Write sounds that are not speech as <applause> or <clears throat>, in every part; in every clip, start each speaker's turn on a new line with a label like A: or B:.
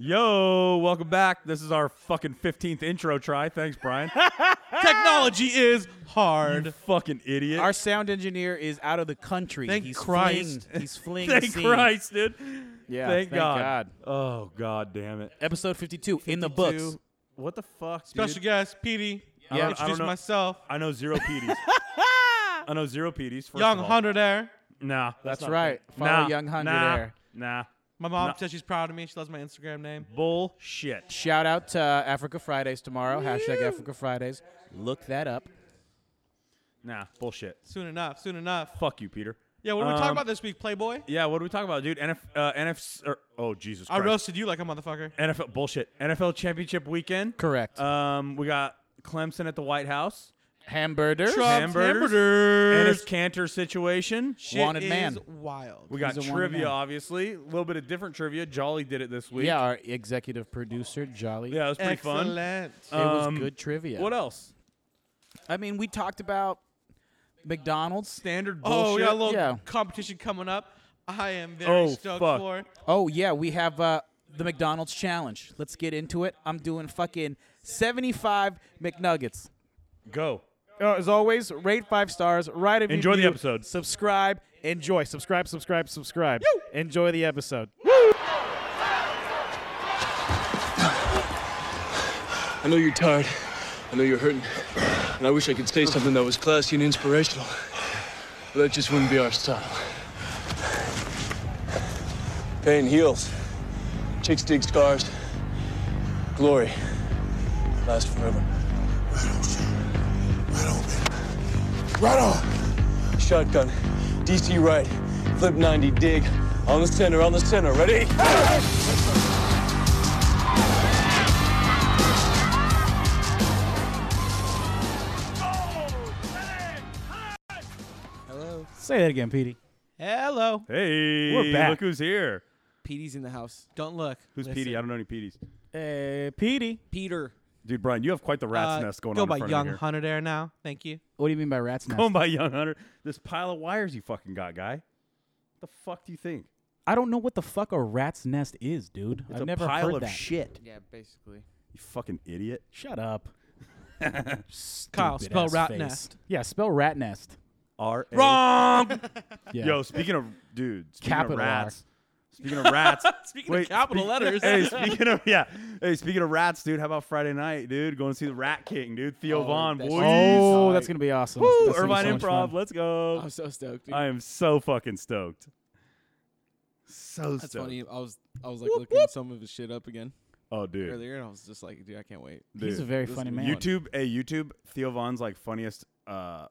A: Yo, welcome back. This is our fucking 15th intro try. Thanks,
B: <laughs>
A: Brian.
C: Technology is hard.
A: fucking idiot.
B: Our sound engineer is out of the country.
C: Thank
B: He's
C: Christ.
B: fleeing-
A: <laughs>
B: He's fleeing. the
A: thank
B: scene.
A: Christ, dude.
B: Yeah,
A: Thank,
B: thank
A: God.
B: God.
A: Oh, God damn it.
B: Episode 52, in the books.
A: 52. What the fuck, dude?
C: Special guest, Petey.
A: I
C: Yeah,
A: don't- I
C: introduce
A: don't know.
C: myself.
A: I know zero
B: <laughs>
A: PDs. I know zero PDs. First
C: Young
A: of all.
C: Hunter there.
A: Nah. That's, not
B: That's right.
A: good.
B: Follow
A: nah,
B: Young Hunter
A: nah,
B: there.
A: Nah.
C: My mom
A: No.
C: says she's proud of me. She loves my Instagram name.
A: Bullshit.
B: Shout out to uh, Africa Fridays tomorrow. Hashtag Africa Fridays. Look that up.
A: Nah. Bullshit.
C: Soon enough. Soon enough.
A: Fuck you, Peter.
C: Yeah, what are we
A: Um,
C: talking about this week, Playboy?
A: Yeah, what are we talking about, dude? NF, uh, NF, or, oh, Jesus
C: I
A: Christ.
C: roasted you like a motherfucker.
A: NFL, bullshit. NFL championship weekend.
B: Correct.
A: Um, we got Clemson at the White House.
B: Hamburger.
C: Trump's
A: hamburgers. Ennis
C: hamburgers.
A: Cantor situation.
C: Shit
B: Wanted
C: is
B: man.
C: wild.
A: We got
B: He's a wanted
A: trivia,
B: man.
A: obviously. A little bit of different trivia. Jolly did it this week.
B: Yeah, our executive producer, Jolly.
A: yeah, it was pretty fun.
C: Excellent.
B: It was
A: Um,
B: good trivia.
A: What else?
B: I mean, we talked about McDonald's.
A: Standard bullshit.
C: Oh, we got a little
B: Yeah.
C: competition coming up. I am very
A: Oh,
C: stoked
A: fuck.
C: for.
B: Oh, yeah, we have uh, the McDonald's challenge. Let's get into it. I'm doing fucking 75 McNuggets.
A: Go.
B: Uh, as always, rate five stars, write a review.
A: Enjoy the episode.
B: Subscribe. Enjoy. Subscribe, subscribe, subscribe. Enjoy the episode.
D: I know you're tired. I know you're hurting. And I wish I could say something that was classy and inspirational. But that just wouldn't be our style. Pain heals. Chicks dig scars. Glory lasts forever. Right on. Shotgun. DC right. Flip 90 dig. On the center, on the center. Ready?
B: Say that again, Petey.
C: Hello.
A: Hey,
B: We're back.
A: look who's here.
E: Petey's in the house.
C: Don't look.
A: Who's
E: Listen.
A: PD? I don't know any PDs.
B: Hey, Uh, Petey.
E: Peter.
A: Dude, Brian, you have quite the rat's
C: Uh,
A: nest going
C: go
A: on. in
C: by
A: front of
C: Young
A: you here.
C: Hunter there now. Thank you.
B: What do you mean by rat's nest?
A: Going by Young Hunter. This pile of wires you fucking got, guy. The fuck do you think?
B: I don't know what the fuck a rat's nest is, dude.
A: It's
B: I've
A: a
B: never
A: pile
B: heard
A: of
B: that.
A: shit.
E: Yeah, basically.
A: You fucking idiot.
B: Shut <laughs> up.
C: Kyle,
B: Stupid
C: spell
B: ass
C: rat
B: face.
C: nest.
B: Yeah, spell rat nest.
A: R A-
C: Wrong.
B: Yeah.
A: Yo, speaking of dude, speaking of
B: Capital R.
A: rats. Speaking of rats.
C: Speaking
A: Wait,
C: of capital
A: speak- <laughs>
C: letters.
A: hey, speaking of yeah. Hey, speaking of rats, dude, how about Friday night, dude? Going to see the Rat King, dude. Theo
E: Oh,
A: Vaughn,
E: that's-
A: boys.
B: oh, that's gonna be awesome.
A: Woo,
B: That's gonna be
A: Irvine
B: so much
A: Improv,
B: fun.
A: let's go.
E: <laughs> I'm so stoked. Dude.
A: I am so fucking stoked. So
E: That's
A: stoked.
E: funny. I was I was like looking some of his shit up again
A: Oh, dude.
E: earlier, and I was just like, dude, I can't wait.
A: dude.
B: He's a very
E: This
B: funny
E: is
B: man.
E: YouTube-
A: YouTube, a YouTube, Theo Vaughn's like funniest uh,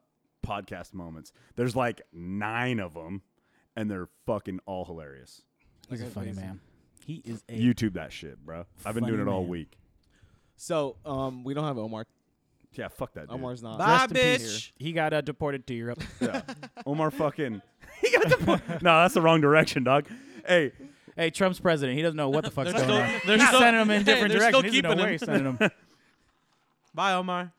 A: podcast moments. There's like nine of them, and they're fucking all hilarious.
B: He's a
E: That's
B: funny
E: amazing.
B: man. He is a
A: YouTube that shit, bro. I've been doing it
B: Funny
A: all
B: man.
A: week.
E: So, um, we don't have Omar.
A: Yeah, fuck that. Dude.
E: Omar's not.
C: Bye,
B: Rest in peace.
C: bitch.
B: He got uh, deported to Europe.
A: Yeah. <laughs> Omar fucking. he got the. <laughs> po- no, that's the wrong direction, dog. Hey,
B: hey, Trump's president. He doesn't know what the fuck's
C: They're
B: going
C: still-
B: on.
C: they're
B: He's
C: still-
B: sending him in <laughs>
C: hey,
B: different
C: they're still
B: directions. He doesn't
C: keeping
B: know where he's sending him.
C: Bye, Omar.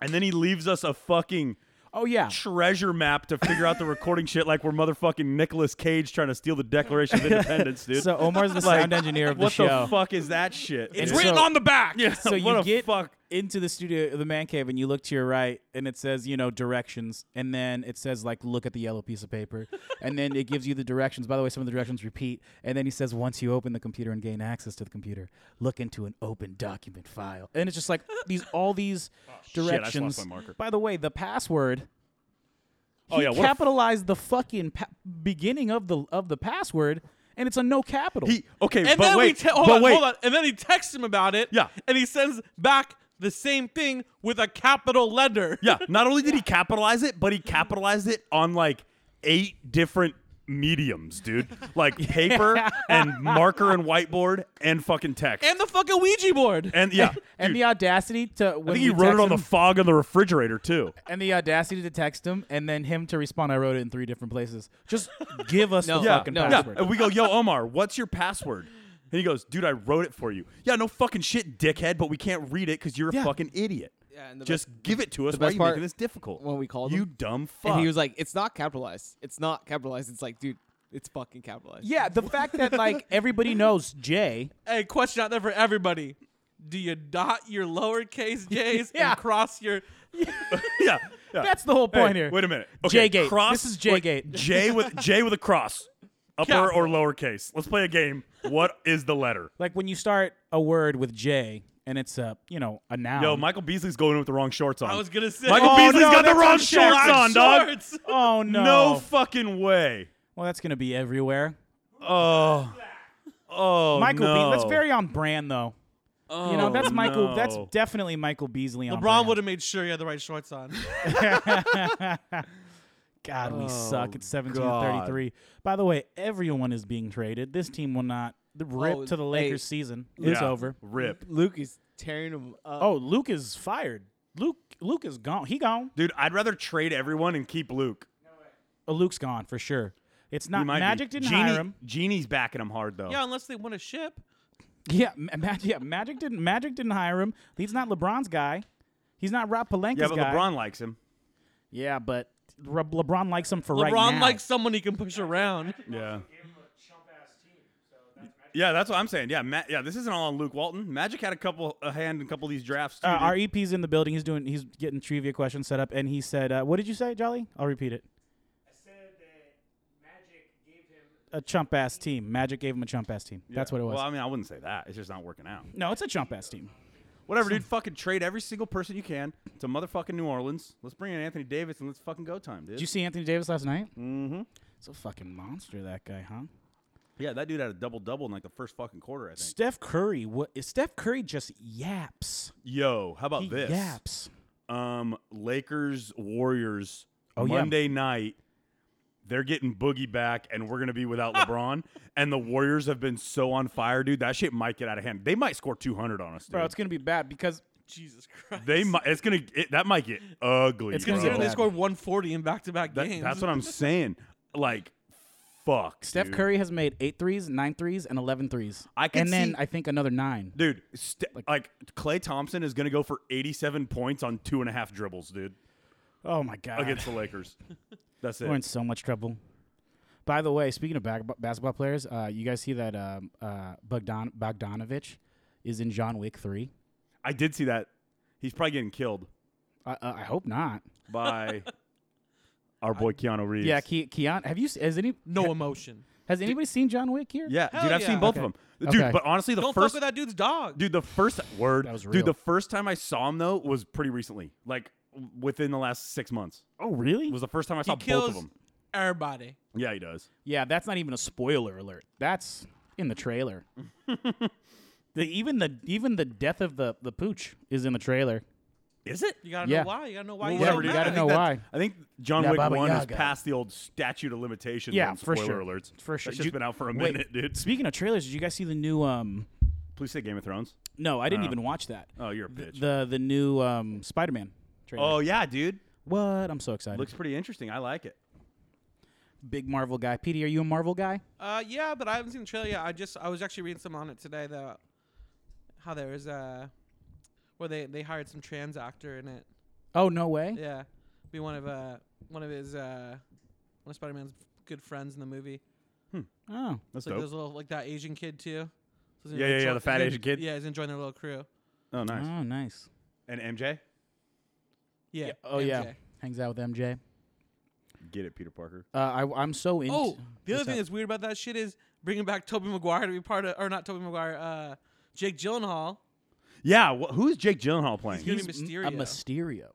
A: and then he leaves us a fucking
B: oh yeah.
A: treasure map to figure out the recording shit, like we're motherfucking Nicolas Cage trying to steal the Declaration of Independence, dude.
B: <laughs> So Omar's the
A: Like,
B: sound engineer of the
A: what
B: show.
A: the fuck is that shit?
B: It's
A: dude?
B: written So- on
C: the back.
A: Yeah, <laughs>
B: So
A: what
B: you
A: the
B: get
A: fuck?
B: into the studio, the man cave, and you look to your right, and it says, you know, directions, and then it says like, look at the yellow piece
A: <laughs>
B: of paper, and then it gives you the directions. By the way, some of the directions repeat, and then he says, once you open the computer and gain access to the computer, look into an open document file, and it's just
A: <laughs>
B: like these all these
A: Oh, I just lost
B: directions.
A: my marker.
B: By the way, the password.
A: Oh,
B: he
A: yeah, what a f-
B: capitalized the fucking pa- beginning of the of the password, and it's a no capital.
A: He okay,
C: And
A: but
C: then we
A: wait,
C: te- hold
A: but
C: on,
A: wait.
C: hold on. And then he texts him about it.
A: Yeah.
C: And he sends back the same thing with a capital letter.
A: Yeah, not only did he capitalize it, but he capitalized it on like eight different mediums, dude. Like paper
B: <laughs>
A: and marker and whiteboard and fucking text.
C: And the fucking Ouija board.
A: And yeah,
B: <laughs> and
A: dude,
B: the audacity to when
A: I think
B: we
A: he wrote it
B: text
A: on the
B: him-
A: fog of the refrigerator too.
B: and the audacity to text him and then him to respond. I wrote it in three different places. Just give us the
A: Yeah,
B: fucking
E: <laughs> no.
A: yeah.
B: password.
A: And we go, yo, Omar, what's your password? And he goes, dude, I wrote it for you. Yeah, no fucking shit, dickhead. But we can't read it because you're a
B: Yeah.
A: fucking idiot.
E: Yeah, and the
A: Just
E: best-
A: give it to us.
E: the
A: Why are
E: best
A: you
E: part
A: making this difficult?
E: when we called
A: you
E: him,
A: dumb fuck.
E: And he was like, it's not capitalized. It's not capitalized. It's like, dude, It's fucking capitalized.
B: Yeah, the fact
A: <laughs>
B: that like everybody knows J.
C: Hey, question out there for everybody. Do you dot
A: <laughs>
C: your lowercase j's
B: Yeah.
C: and cross your
A: <laughs> yeah, yeah.
B: That's the whole
A: Uh, Hey,
B: point here.
A: Wait a minute. Okay,
B: J-gate.
A: Cross,
B: This is J-gate.
A: wait, J with J with a cross, upper or lowercase. Let's play a game. What is the letter?
B: Like when you start a word with J and it's a you know a noun.
A: Yo, Michael Beasley's going in with the wrong shorts on.
C: I was gonna say
A: Michael
B: Oh,
A: Beasley's
B: no,
A: got the
B: that's
A: wrong
B: on
A: shorts
B: shorts.
A: on, dog.
C: Shorts.
B: Oh no.
A: <laughs> No fucking way.
B: well, that's gonna be everywhere.
A: Oh. Oh.
B: Michael
A: no. Oh,
B: Be- that's very on brand though. you know, that's Michael. That's
A: no.
B: definitely Michael Beasley on
C: LeBron
B: brand.
C: would have made sure he had the right
A: <laughs>
C: shorts on.
B: God, we suck. It's 17 to
A: Oh, God.
B: 33. By the way, everyone is being traded. This team will not the rip
E: Oh,
B: to the
E: hey,
B: Lakers season. It's
A: Yeah.
B: over.
A: Rip.
E: Luke is tearing him up.
B: Oh, Luke is fired. Luke Luke is gone. He gone.
A: Dude, I'd rather trade everyone and keep Luke.
B: Oh, Luke's gone for sure. It's not
A: He might be.
B: Magic didn't
A: Genie,
B: hire him. <laughs>
A: Genie's backing him hard though.
C: yeah, unless they win a ship.
B: Yeah, Ma- Ma- yeah, Magic didn't Magic didn't hire him. He's not LeBron's guy. He's not Rob Palenka's
A: Yeah, but
B: guy.
A: LeBron likes him.
B: Yeah, but Re- LeBron likes him for right now.
C: LeBron likes someone he can push around.
A: Yeah. Yeah, that's what I'm saying. Yeah, Ma- yeah, this isn't all on Luke Walton. Magic had a couple a hand in a couple of these drafts too.
B: Uh,
A: dude.
B: our EP's in the building. He's doing. He's getting trivia questions set up, and he said, uh, "What did you say, Jolly?" I'll repeat it. I said that Magic gave him a chump ass team. Magic gave him a chump ass team. That's what it was.
A: Well, I mean, I wouldn't say that. It's just not working out.
B: no, it's a chump ass team.
A: Whatever, dude. Fucking trade every single person you can to motherfucking New Orleans. Let's bring in Anthony Davis and let's fucking go time, dude.
B: Did you see Anthony Davis last night? Mm-hmm. It's a fucking monster, that guy, huh?
A: yeah, that dude had a double double in like the first fucking quarter, I think.
B: Steph Curry. What? Steph Curry just yaps.
A: Yo, how about
B: He
A: this?
B: yaps.
A: Um, Lakers Warriors
B: Oh, yeah.
A: Monday night. They're getting Boogie back, and we're gonna be
B: <laughs>
A: without LeBron. And the Warriors have been so on fire, dude. That shit might get out of hand. They might score 200 on us, dude.
B: Bro, it's gonna be bad because
C: Jesus Christ.
A: they might. It's gonna. It, that might get ugly.
B: It's gonna
A: bro.
B: get
C: Considering they
B: bad.
C: scored 140 in back-to-back
A: That-
C: games.
A: that's what I'm saying. Like, fuck,
B: Steph
A: dude.
B: Curry has made eight threes, nine threes, and eleven threes.
A: I can
B: and then
A: see-
B: I think another nine.
A: Dude, st- like, Clay Thompson is gonna go for 87 points on two and a half dribbles, dude,
B: Oh my god.
A: against the
C: <laughs>
A: Lakers. That's it.
B: We're in so much trouble. By the way, speaking of back- basketball players, uh, you guys see that um, uh, Bogdan- Bogdanovich is in John Wick 3?
A: I did see that. He's probably getting killed
B: I, uh, I hope not.
C: <laughs>
A: by our boy Keanu Reeves.
B: Yeah, Ke- Keon, have you se- has any
C: no emotion.
B: has anybody seen John Wick here?
A: yeah,
C: Hell
A: dude, I've
C: yeah.
A: seen both of them, dude.
B: Okay.
A: But honestly, the
C: Don't fuck
A: first
C: with that dude's dog.
A: <laughs> dude, the first word,
B: That was real.
A: dude, the first time I saw him though was pretty recently, like w- within the last six months.
B: Oh, really?
A: Was the first time I
C: he
A: saw both
C: kills
A: of them.
C: everybody.
A: Yeah, he does.
B: yeah, that's not even a spoiler alert. That's in
A: <laughs>
B: the trailer. the, even the even the death of the the pooch is in the trailer.
A: Is it?
C: You gotta
B: Yeah.
C: know why. You gotta know why.
B: Well,
C: you
B: whatever,
C: don't
B: you
C: matter.
B: gotta
A: I
B: know
A: think
B: why.
A: I think John
B: Yeah,
A: Wick
B: Baba
A: One is
B: Yaga.
A: past the old statute of limitations.
B: Yeah,
A: on
B: for
A: spoiler
B: sure.
A: alerts.
B: For sure.
A: That
B: Did
A: shit's
B: you-
A: been out for a
B: wait.
A: minute, dude.
B: Speaking of trailers, did you guys see the new um
A: Please say Game of Thrones.
B: No, I didn't even watch that.
A: Oh, you're a bitch.
B: The the new um Spider-Man trailer.
A: oh yeah, dude.
B: What? I'm so excited.
A: Looks pretty interesting. I like it.
B: Big Marvel guy. Petey, are you a Marvel guy?
C: Uh, yeah, but I haven't seen the trailer yet. I just I was actually reading some on it today that how there was uh where they they hired some trans actor in it.
B: Oh no way.
C: Yeah, be one of uh one of his uh one of Spider Man's good friends in the movie.
B: Oh.
A: That's
C: It's like
A: dope.
C: those little like that Asian kid too. So he's
A: Yeah, yeah, yeah,
C: enjoy-
A: the fat
C: he's en-
A: Asian kid.
C: Yeah, he's enjoying their little crew.
A: Oh, nice.
B: Oh nice.
A: And MJ,
C: Yeah.
B: Oh yeah.
C: MJ.
B: Hangs out with MJ.
A: get it, Peter Parker.
B: Uh, I I'm so into.
C: Oh, the other
B: What's
C: thing
B: up?
C: that's weird about that shit is bringing back Toby Maguire to be part of, or not Toby Maguire, uh, Jake Gyllenhaal.
A: Yeah. Wh- who's Jake Gyllenhaal playing?
C: He's gonna be
B: He's m-
C: Mysterio.
B: A Mysterio.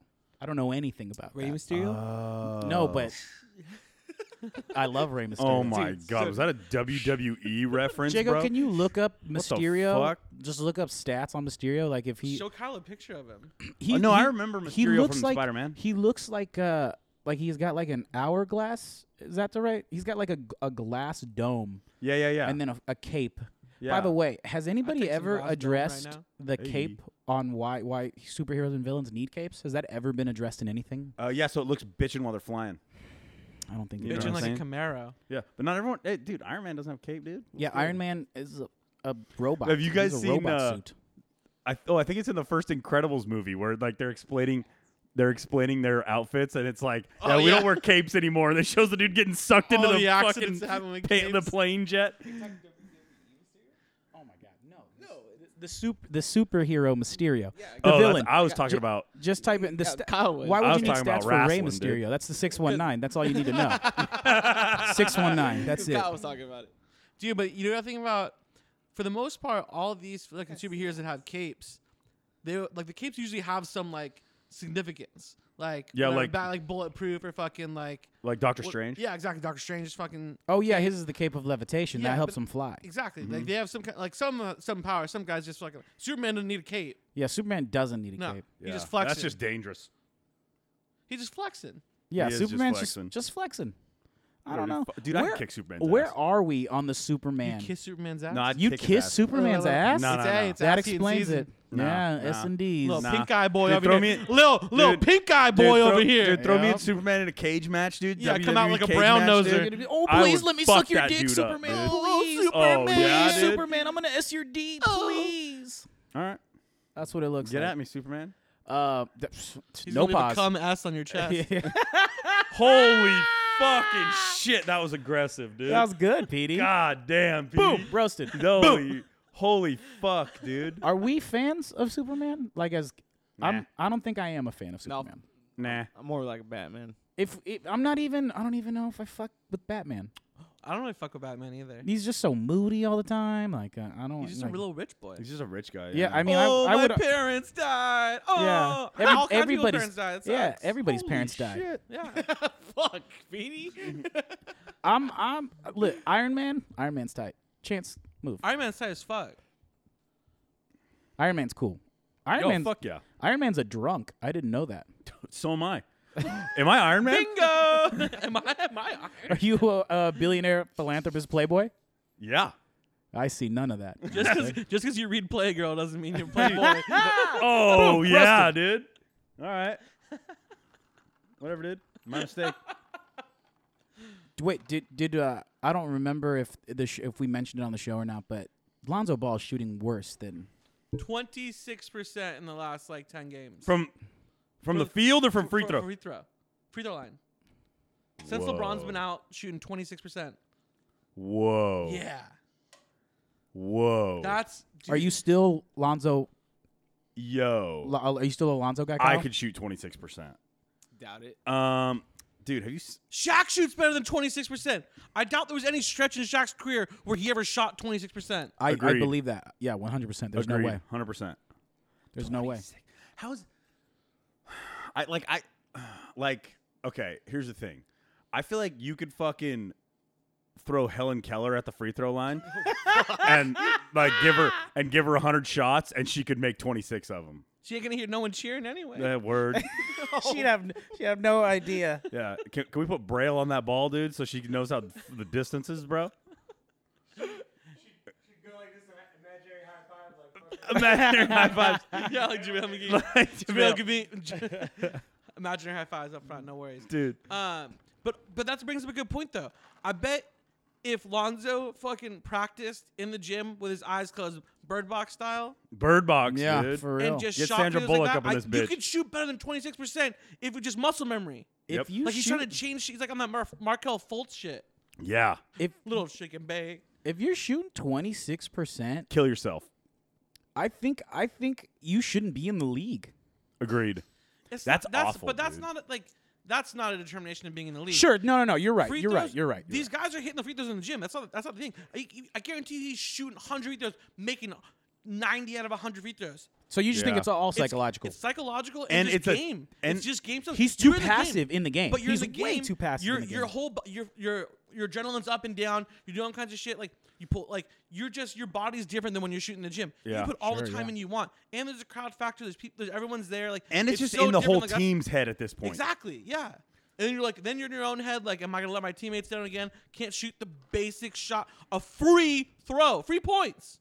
B: I don't know anything about
E: Rey
B: that.
E: Mysterio.
B: No, but
C: <laughs>
B: I love Rey Mysterio.
A: oh my
E: Dude,
A: god,
E: so-
A: was that a
B: <laughs>
A: WWE reference,
B: Jago,
A: bro?
B: can you look up Mysterio?
A: fuck?
B: Just look up stats on Mysterio. Like if he
C: Show Kyle a picture of him.
B: he
A: Oh, no, I
B: he-
A: remember
B: he
A: Mysterio
B: looks
A: from
B: like,
A: Spider-Man.
B: He looks like uh like he's got like an hourglass. Is that the right? He's got like a, g- a glass dome
A: yeah, yeah, yeah.
B: and then a, a cape. By
A: Yeah.
B: the way, has anybody
C: take some
B: ever
C: glass dome right
B: addressed
C: now.
B: the
A: Hey.
B: cape on why why superheroes and villains need capes? Has that ever been addressed in anything?
A: uh, yeah, so it looks bitching while they're flying.
B: I don't think.
A: You know
B: it does.
A: what
C: Bitching
A: I'm
C: like a
A: saying?
C: Camaro.
A: Yeah, but not everyone. Hey, dude, Iron Man doesn't have a cape, dude.
B: Yeah, Iron Man is a, a robot.
A: Have you
B: He's
A: guys
B: a
A: seen,
B: robot
A: uh,
B: suit?
A: I oh, I think it's in the first Incredibles movie where like they're explaining they're explaining their outfits, and it's like,
C: Oh,
A: yeah, we
C: yeah.
A: don't wear capes anymore. And it shows the dude getting sucked into
C: All
A: the,
C: the
A: fucking
C: accidents that happen with
A: pa- the
C: capes.
A: plane jet.
B: Oh my god, no, no. The sup the superhero Mysterio, the
A: oh, that's-
B: villain.
A: I was talking about
B: Just type in the
E: Yeah,
B: <laughs> sta-
E: Kyle would.
B: Why would
A: I
B: you
A: was
B: need
A: talking
B: stats
A: about
B: for Rey
A: wrestling, dude.
B: Mysterio? That's the six one nine. That's all you need to know.
A: <laughs>
B: six one nine. That's it.
E: Kyle was talking about it.
C: Dude, but you know nothing about. For the most part, all these fucking superheroes that have capes, they like the capes usually have some like significance. Like
A: Yeah,
C: whatever,
A: like-
C: ba- like bulletproof or fucking like.
A: like Doctor
C: what-
A: Strange.
C: Yeah, exactly. Doctor Strange is fucking
B: Oh yeah, his is the cape of levitation.
C: Yeah,
B: that helps
C: but-
B: him fly.
C: exactly. Like they have some kind like some uh, some power. Some guys just fucking Superman doesn't need a cape.
B: Yeah, Superman doesn't need a
C: No,
B: cape.
C: he just
A: Yeah,
C: flexing.
A: That's just dangerous.
C: he just flexing.
B: Yeah,
A: He is just
B: Superman's just
A: flexing.
B: just, flexing. I
A: Yeah,
B: don't
A: dude,
B: know,
A: fu- dude, I could
B: Where,
A: kick Superman's
B: Where
A: ass.
B: are we on the Superman?
C: You kiss Superman's ass.
A: No, I'd
B: You
A: kick his
B: kiss
A: ass.
B: Superman's
A: <laughs>
B: ass?
A: No,
C: It's
A: no,
C: A,
A: no.
C: it's
B: that
C: ass, T, and
B: explains
C: Z's.
B: it.
A: No,
B: yeah,
A: no.
B: S and D's.
C: Little
A: Nah.
C: pink eye boy
A: Dude,
C: over
A: throw
C: here.
A: me-
C: Little little
A: dude,
C: pink eye boy
A: Dude,
C: over
A: throw-
C: here.
A: Dude, throw me
B: Yeah.
A: and Superman in a cage match, dude.
C: Yeah,
A: WWE
C: come out like a
A: cage
C: brown
A: match,
C: noser.
A: dude.
B: Gonna be, oh
A: I would
B: please, let me
A: fuck
B: suck your
A: that
B: dick,
A: dude up,
B: Superman.
A: dude.
B: please,
A: Oh,
B: please,
A: yeah, dude.
B: Superman. I'm gonna S your D, please.
A: All right,
B: That's what it looks
A: get
B: like.
A: at me, Superman.
B: Uh, th- pff, t-
C: He's
B: no
C: gonna
B: pause. <laughs>
C: Become ass <laughs> on your chest.
A: Holy fucking shit, that was aggressive, dude.
B: that was good, Petey.
A: God damn, Pete.
B: Boom,
A: <laughs>
B: roasted.
A: Holy, holy fuck, dude.
B: Are we fans of Superman? Like as I'm,
A: Nah.
B: I don't think I am a fan of Superman.
A: Nah.
E: I'm more like Batman.
B: If, if I'm not even, I don't even know if I fuck with Batman.
C: I don't really fuck with Batman either.
B: He's just so moody all the time. Like uh, I don't.
C: He's just
B: like,
C: a real rich boy.
A: He's just a rich guy.
B: Yeah, I mean,
C: oh,
B: I, I
C: my
B: would.
C: parents died.
B: yeah,
C: Oh, all kinds
B: Every-
C: of people's
B: everybody's.
C: parents died. That
B: yeah,
C: sucks.
B: everybody's parents die.
C: <laughs> Yeah.
E: Fuck, Petey.
B: I'm, I'm. Look, Iron Man. Iron Man's tight. Chance, move.
C: <laughs> Iron Man's tight as fuck.
B: Iron Man's cool. Iron
A: Yo,
B: Man's
A: fuck yeah.
B: Iron Man's a drunk. I didn't know that.
A: So am I. am I Iron
B: <laughs>
A: Man?
C: Bingo. am I? Am I? <laughs> Iron?
B: Are you a, a billionaire philanthropist playboy? <laughs>
A: Yeah.
B: I see none of that.
C: Just because just because you read Playgirl doesn't mean <laughs> you're Playboy.
A: Oh yeah, dude. All right. Whatever, dude. My
B: <laughs>
A: mistake.
B: Wait, did did uh, I don't remember if the sh- if we mentioned it on the show or not, but Lonzo Ball's shooting worse than
C: Twenty six percent in the last like ten games.
A: From from the field or from <laughs> free
C: For-
A: throw?
C: Free throw. Free throw line. Since LeBron's been out, shooting twenty six percent.
A: Whoa.
C: Yeah.
A: Whoa.
C: That's.
B: Are you still Lonzo?
A: Yo.
B: Lo- Are you still a Lonzo guy?
A: I
B: Kyle?
A: could shoot 26%.
E: Doubt it.
A: Um dude, have you s-
C: Shaq shoots better than twenty six percent. I doubt there was any stretch in Shaq's career where he ever shot twenty six percent.
B: I, I
A: Agreed.
B: believe that. Yeah, one hundred percent. There's
A: agreed
B: no way.
A: 100%.
B: There's no way.
A: How's I like I like okay, here's the thing. I feel like you could fucking throw Helen Keller at the free throw line <laughs> and like give her and give her 100 shots and she could make 26 of them.
C: She ain't gonna hear no one cheering anyway.
A: That word. <laughs>
B: she'd have she'd have no idea.
A: Yeah. Can, can we put braille on that ball, dude, so she knows how the distance is, bro? Imaginary high fives.
C: <laughs> yeah, like Jamel McGee.
A: <laughs> Like
C: Jamel
A: Jamel.
C: <laughs> McGee. Imaginary high fives up front. No worries.
A: Dude.
C: Um, but but that brings up a good point though. I bet if Lonzo fucking practiced in the gym with his eyes closed, bird box style,
A: Bird box,
B: Yeah,
A: dude.
B: for real.
C: and just
A: Get
C: shot
A: Sandra
C: videos like
A: Bullock
C: that,
A: up in
C: I-
A: this
C: you
A: bitch.
C: could shoot better than twenty six percent if it's just muscle memory.
B: if
A: Yep.
B: you
C: Like he's
B: shoot,
C: trying to change. He's like I'm that Mar- Markel Fultz shit.
A: yeah.
B: if
C: Little chicken bake.
B: if you're shooting twenty six percent,
A: Kill yourself.
B: I think I think you shouldn't be in the league.
A: Agreed.
C: It's
A: That's
C: not, that's
A: awful,
C: But that's
A: dude.
C: not a, like that's not a determination of being in the league.
B: Sure, no, no, no. You're right.
C: Free
B: You're
C: throws,
B: right. You're right. You're
C: These guys are hitting the free throws in the gym. That's not that's not the thing. I, I guarantee you he's shooting 100 free throws, making 90 out of 100 free throws.
B: right. so you just think
A: Yeah.
B: it's all
C: It's-
B: psychological.
C: It's, psychological
A: And
C: and, just
A: it's a-
C: game.
A: and
C: it's just game stuff.
B: he's too
C: You're in the game,
B: passive in the game.
C: But you're
B: he's
C: in the game.
B: way too passive.
C: Your
B: in the game.
C: your whole bo- your your your adrenaline's up and down. You're doing all kinds of shit. Like you pull like you're just your body's different than when you're shooting in the gym.
A: Yeah.
C: you put all the
B: Sure,
C: time
B: yeah.
C: in you want. And there's a crowd factor. There's people. There's everyone's there. Like
A: And it's, just
C: so
A: in the
C: different,
A: whole
C: like, that's-
A: team's head at this point.
C: Exactly. Yeah. And then you're like, then you're in your own head. Like, am I gonna let my teammates down again? Can't shoot the basic shot, a free throw, free points.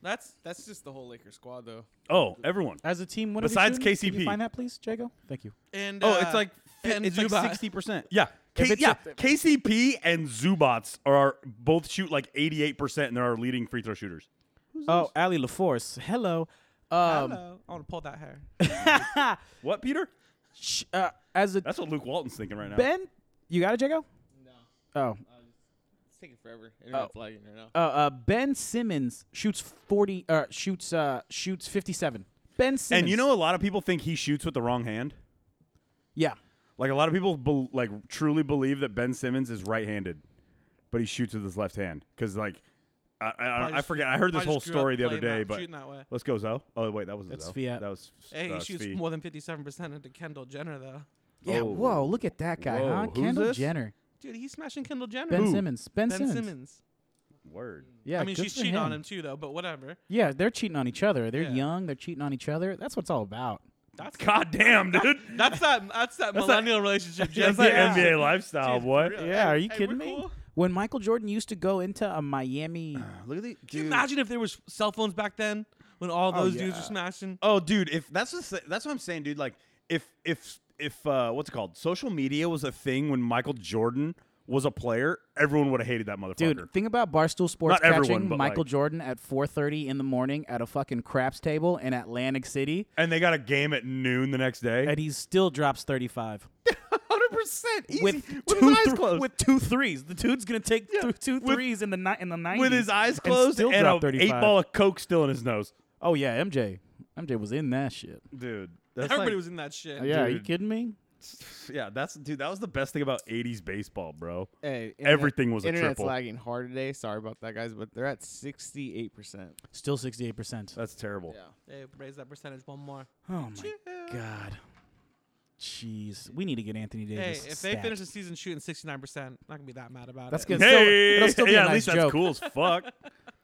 C: That's
E: That's just the whole Lakers squad, though.
A: Oh, everyone.
B: As a team, what are they
A: Besides
B: shooting? Can
A: KCP.
B: you find that, please, Jago? Thank you.
C: and
A: Oh,
C: uh,
A: it's like
C: and
A: it's like
C: Zubac. <laughs>
A: sixty percent. Yeah, K-
B: If it's
A: yeah.
B: a-
A: KCP and Zubats are both shoot like eighty-eight percent, and they're our leading free throw shooters.
B: Oh, Ali LaForce. Hello. Um,
C: Hello. I want to pull that hair.
A: What, Peter?
B: Sh- uh, as a
A: That's what Luke Walton's thinking right now.
B: Ben, you got it, Jago?
E: No,
B: Oh,
E: it's taking forever. Internet flagging right now.
B: uh, uh, Ben Simmons shoots forty. Uh, shoots uh, shoots fifty-seven. Ben Simmons.
A: and you know, a lot of people think he shoots with the wrong hand.
B: yeah,
A: Like a lot of people, bel like truly believe that Ben Simmons is right-handed, but he shoots with his left hand because, like, I, I, I,
C: Probably
A: I
C: just-
A: forget. I heard this
C: probably
A: whole
C: just grew up
A: story the other
C: playing that-
A: day, but
C: shooting that way.
A: let's go Zoe. Oh wait, that was
B: That's
A: Zoe.
B: Fiat.
A: That was
C: Hey,
A: uh,
C: he shoots
A: Svi.
C: more than 57% into Kendall Jenner, though.
B: yeah.
A: Oh.
B: Whoa, look at that guy,
A: Whoa,
B: huh?
A: who's
B: Kendall
A: this?
B: Jenner.
C: Dude, he's smashing Kendall Jenner.
B: Ben
A: Who?
B: Simmons. Ben,
C: Ben
B: Simmons.
C: Simmons.
A: Word.
B: Yeah,
C: I mean,
B: good
C: she's
B: for
C: cheating on
B: him.
C: him, too, though, but
A: <laughs>
C: whatever.
B: Yeah, they're cheating on each other. They're
C: Yeah.
B: young. They're cheating on each other. That's what it's all about.
C: That's
A: God damn, dude. <laughs>
C: <laughs> That's that.
A: That's
C: That's that
A: that-
C: millennial relationship. Gen
A: <laughs> That's
C: Z.
A: like NBA lifestyle, boy.
B: Yeah, are you
E: hey,
B: kidding
E: we're
B: me?
E: cool.
B: When Michael Jordan used to go into a <sighs> Miami,
A: Look at the dude.
C: Can you imagine if there was cell phones back then when all
B: Oh,
C: those dudes
B: yeah.
C: were smashing?
A: Oh, dude, if that's the th- that's what I'm saying, dude. Like, if if if uh, what's it called? Social media was a thing when Michael Jordan was a player. Everyone would have hated that motherfucker.
B: dude, think about Barstool Sports
A: Not everyone,
B: catching
A: but,
B: Michael
A: like-
B: Jordan at 4:30 in the morning at a fucking craps table in Atlantic City,
A: and they got a game at noon the next day.
B: and he still drops 35
A: Hundred percent,
B: with two thr- with two threes. The dude's gonna take th- two
A: with-
B: threes in the ni- in the 90s
A: with his eyes
B: and
A: closed
B: still
A: and, a
B: drop 35.
A: eight ball of coke still in his nose.
B: Oh yeah, MJ, MJ was in that shit.
A: Dude, that's
C: Everybody
A: like-
C: was in that shit.
B: yeah, are you
A: Dude.
B: kidding me?
A: yeah, that's dude. That was the best thing about '80s baseball, bro.
E: Hey, internet-
A: Everything was a
E: internet's
A: triple.
E: lagging hard today. Sorry about that, guys, but they're at sixty-eight percent.
B: Still 68. percent
A: That's terrible.
C: Hey, raise that percentage one more.
B: Oh my god. Jeez, we need to get Anthony
C: Hey,
B: Davis.
C: if they
B: stat.
C: finish the season shooting 69%, I'm not going to be that mad about
B: That's
C: it.
B: good.
A: Hey, <laughs>
B: it'll still be a
A: yeah, at
B: nice
A: least
B: joke.
A: that's cool as fuck.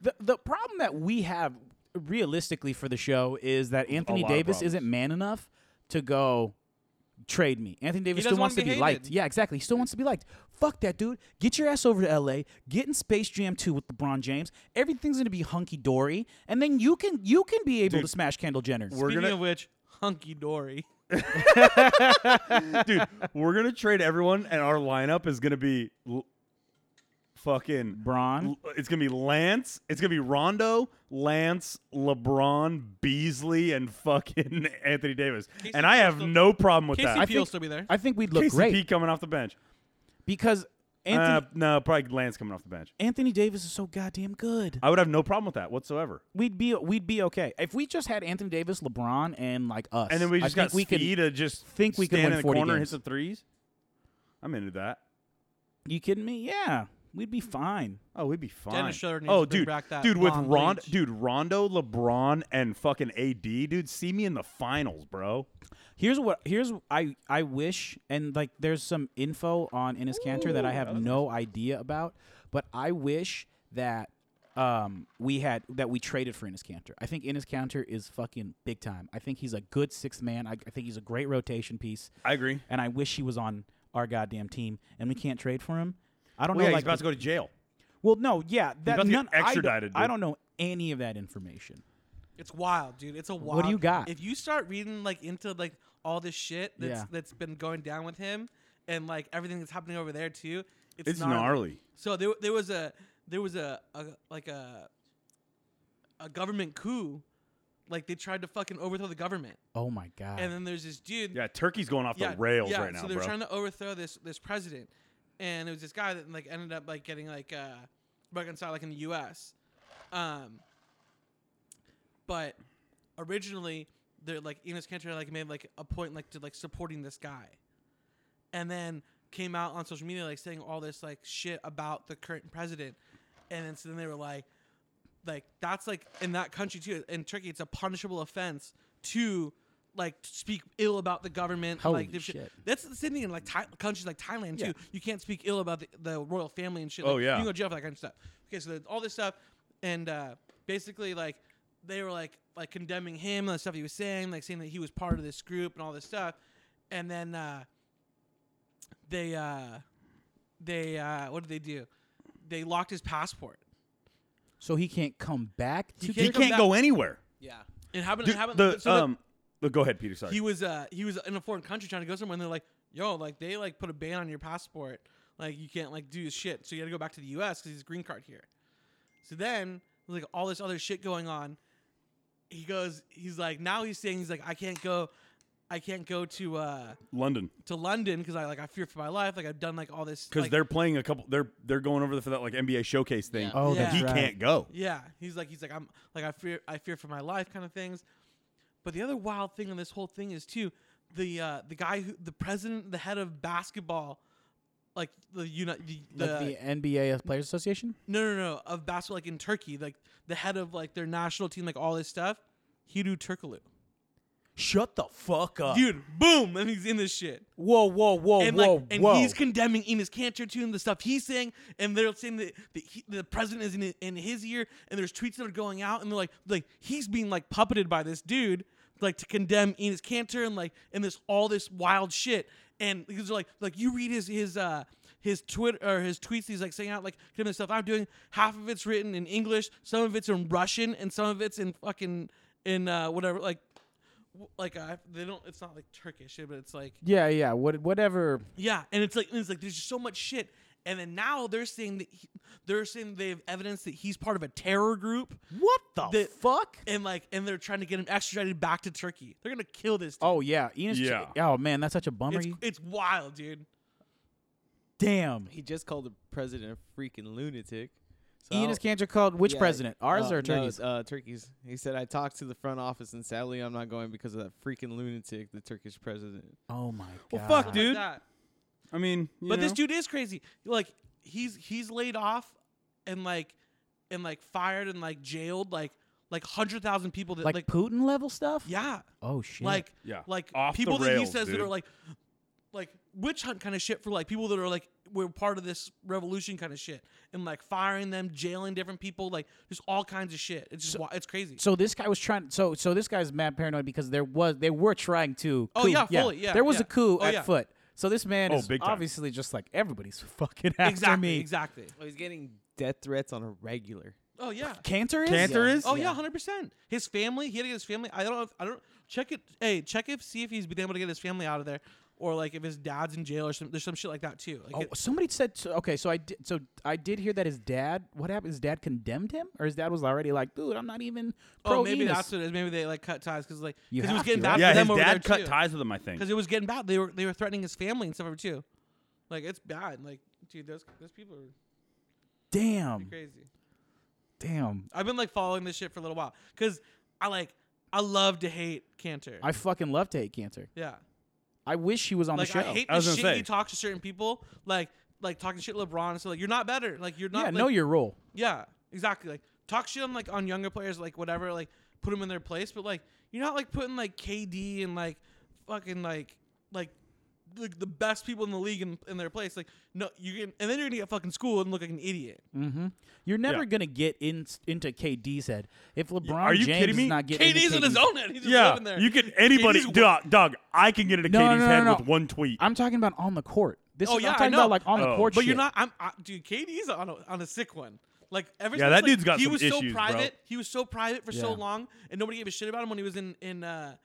B: the the problem that we have realistically for the show is that Anthony
A: lot of
B: Davis
A: problems.
B: isn't man enough to go trade me. Anthony Davis still
C: doesn't
B: wants to
C: wanna
B: be,
C: be
B: liked.
C: hated.
B: Yeah, exactly. He still wants to be liked. Fuck that dude. Get your ass over to LA. Get in Space Jam 2 with LeBron James. Everything's going to be hunky dory and then you can you can be able to smash Kendall Jenner.
A: We're
C: Speaking
A: gonna-
C: of which, hunky dory.
A: dude. We're gonna trade everyone, and our lineup is gonna be l- fucking
B: Bron.
A: L- it's gonna be Lance. It's gonna be Rondo, Lance, LeBron, Beasley, and fucking <laughs> Anthony Davis.
C: KCP
A: and I have
C: still-
A: no problem with that.
C: KCP will
B: think-
C: still be there.
B: I think we'd look
A: KCP
B: great
A: coming off the bench.
B: because Anthony,
A: Uh, no, probably Lance coming off the bench.
B: Anthony Davis is so goddamn good.
A: I would have no problem with that whatsoever.
B: we'd be we'd be okay if we just had Anthony Davis, LeBron, and like us.
A: And then we just
B: I
A: got
B: think we could.
A: Speed to just
B: think we could
A: stand
B: win
A: in the
B: 40
A: corner
B: games.
A: and hit the threes. I'm into that.
B: You kidding me? Yeah, we'd be fine.
A: Oh, we'd be fine.
C: Schroeder needs
A: oh,
C: to bring
A: dude,
C: back that
A: dude, with
C: blonde
A: Rondo,
C: bleach.
A: dude, Rondo, LeBron, and fucking AD, dude, see me in the finals, bro.
B: Here's what here's I I wish and like there's some info on Ennis Cantor that I have no idea about, but I wish that um we had that we traded for Ennis Cantor. I think Ennis Cantor is fucking big time. I think he's a good sixth man. I, I think he's a great rotation piece,
A: I agree.
B: and I wish he was on our goddamn team. And we can't trade for him. I don't
A: Well, yeah,
B: know.
A: he's
B: like
A: about
B: the-
A: to go to jail.
B: Well, no, yeah, that
A: about to get
B: none, I, don't,
A: extradited,
B: I
A: dude.
B: don't know any of that information.
C: It's wild, dude. It's a wild.
B: do you got?
C: If you start reading like into like all this shit that's
B: Yeah.
C: that's been going down with him and like everything that's happening over there too, it's,
A: It's gnarly.
C: So there there was a there was a, a like a a government coup. Like they tried to fucking overthrow the government,
B: Oh my god!
C: and then there's this dude.
A: Yeah, Turkey's going off the rails
C: yeah,
A: right now,
C: So they were
A: bro.
C: trying to overthrow this this president, and it was this guy that like ended up like getting like uh, reconciled like in the U.S. Um, but originally, they're like Enos Cantor like made like a point like to like supporting this guy, and then came out on social media like saying all this like shit about the current president, and then so then they were like, like that's like in that country too in Turkey it's a punishable offense to like speak ill about the government
B: Holy
C: like this
B: shit.
C: that's the same thing in like Thai- countries like Thailand too you can't speak ill about the, the royal family and shit
A: Oh,
C: Like,
A: yeah.
C: you can go to jail for that kind of stuff okay so there's all this stuff and uh basically like they were like like condemning him and the stuff he was saying like saying that he was part of this group and all this stuff and then uh they uh they uh what did they do they locked his passport
B: so he can't come back. To
A: he
C: Here come
A: can't
C: that-
A: go anywhere.
C: yeah it happened
A: Dude,
C: it happened
A: the,
C: so the-
A: um, look, go ahead, Peter. Sorry.
C: he was uh he was in a foreign country trying to go somewhere and they're like yo like they like put a ban on your passport like you can't like do shit so you got to go back to the us because he's green card here so then like all this other shit going on he goes he's like now he's saying he's like i can't go I can't go to uh
A: London
C: to London because I like I fear for my life. Like I've done like all this
A: because
C: like-
A: they're playing a couple. They're they're going over for that like NBA showcase thing.
F: Yeah.
B: Oh,
C: Yeah.
B: that's
A: he
B: right.
A: can't go.
C: Yeah, he's like he's like I'm like I fear I fear for my life kind of things. But the other wild thing on this whole thing is too the uh, the guy who the president the head of basketball like the uni the, the,
B: like the NBA Players Association.
C: no no no of basketball like in Turkey like the head of like their national team like all this stuff Hidu Turkoglu
B: Shut the fuck up,
C: dude boom and he's in this shit
B: Whoa, whoa, whoa,
C: and
B: whoa,
C: like and
B: whoa.
C: he's condemning Enos Cantor too and the stuff he's saying and they're saying that the, he, the president is in, in his ear and there's tweets that are going out and they're like like he's being like puppeted by this dude like to condemn Enos Cantor and like and this all this wild shit and because they're like like you read his his uh his Twitter or his tweets he's like saying out like condemning stuff I'm doing half of it's written in English some of it's in Russian and some of it's in fucking in uh whatever like w- like uh, they don't it's not like Turkish but it's like
B: yeah, yeah. What, whatever.
C: yeah, and it's like and it's like there's just so much shit. And then now they're saying that he, they're saying they have evidence that he's part of a terror group.
B: What the,
C: The-
B: fuck?
C: And like and they're trying to get him extradited back to Turkey. They're gonna kill this. Dude.
B: Oh yeah, Enos.
A: Yeah.
B: oh man, that's such a bummer.
C: it's,
B: He-
C: it's wild, dude.
B: Damn.
E: He just called the president a freaking lunatic. So
C: Oh.
B: Enos Cantor called which president? Ours
E: uh,
B: or Turkey's?
E: No, uh, Turkey's. He said, "I talked to the front office, and sadly, I'm not going because of that freaking lunatic, the Turkish president."
B: oh my god.
A: Well, fuck, dude.
C: Like that.
A: I mean, you
C: But this
A: know.
C: dude is crazy. Like he's he's laid off and like and like fired and like jailed like like hundred thousand people that
B: Like,
C: like,
B: Putin level stuff?
C: yeah
B: Oh shit.
C: like
A: Yeah.
C: like
A: Off the
C: people that he
A: rails,
C: says
A: dude.
C: that are like like witch hunt kind of shit for like people that are like we're part of this revolution kind of shit and like firing them jailing different people like just all kinds of shit it's just wi- it's crazy
B: so this guy was trying. So so this guy's mad paranoid because there was they were trying to.
C: Oh,
B: coup.
C: yeah, fully, yeah,
B: There was
C: yeah.
B: a coup
C: Oh,
B: at
C: yeah.
B: foot. So this man
A: Oh,
B: is
A: big time.
B: obviously just like everybody's <laughs> fucking after
C: exactly
B: me.
C: exactly
E: Well, he's getting death threats on a regular.
C: oh yeah
B: Cantor is.
A: Cantor is.
C: oh yeah 100% his family he had to get his family i don't know if, i don't check it hey check if see if he's been able to get his family out of there or like if his dad's in jail or some there's some shit like that too like
B: Oh,
C: it-
B: somebody said so, okay. So I did. So I did hear that his dad. What happened? His dad condemned him, or his dad was already like, "Dude, I'm not even pro."
C: oh maybe
B: Enos."
C: that's what it is maybe they like cut ties because like
B: You
C: because it was
B: have
C: getting
B: to,
C: bad
B: right?
C: for
A: yeah,
C: them
A: his
C: over
A: dad
C: there
A: cut
C: too.
A: ties with him. I think.
C: because it was getting bad. They were they were threatening his family and stuff too. Like it's bad. Like dude, those those people are
B: Damn.
C: crazy.
B: Damn.
C: I've been like following this shit for a little while because I like I love to hate Cantor.
B: I fucking love to hate Cantor.
C: yeah,
B: I wish he was on
C: like
B: the show.
C: I hate
A: I
C: the
A: was
C: shit
A: gonna
C: he
A: say.
C: talks to certain people. Like like talking shit to LeBron. So like you're not better. Like you're
B: yeah,
C: not.
B: know
C: like-
B: your role.
C: Yeah, exactly. Like talk shit on like on younger players, like whatever, like put them in their place. But like you're not like putting like KD and like fucking like like the, the best people in the league in, in their place. Like no, you can, and then you're gonna get fucking schooled and look like an idiot.
B: You're never
A: Yeah.
B: gonna get in, into KD's head if LeBron
A: are you
B: James
A: kidding me?
B: is not getting.
C: KD's
B: into
C: in his
B: KD's
C: own head. He's just
A: yeah,
C: living there.
A: you can anybody.
C: KD's
A: Dog, dog, I can get into
B: No, no,
A: Katie's
B: no, no,
A: head
B: no.
A: with one tweet.
B: I'm talking about on the court. This
C: Oh,
B: is,
C: yeah,
B: I'm
C: I
B: talking
C: know.
B: about like on the
A: Oh.
B: court.
C: But you're
B: shit.
C: not. I'm I, dude. KD's on a, on a sick one. Like ever
A: Yeah,
C: since,
A: that
C: like,
A: dude's got
C: he
A: some
C: was
A: issues,
C: so
A: bro.
C: private. He was so private for so
B: Yeah.
C: long, and nobody gave a shit about him when he was in in uh,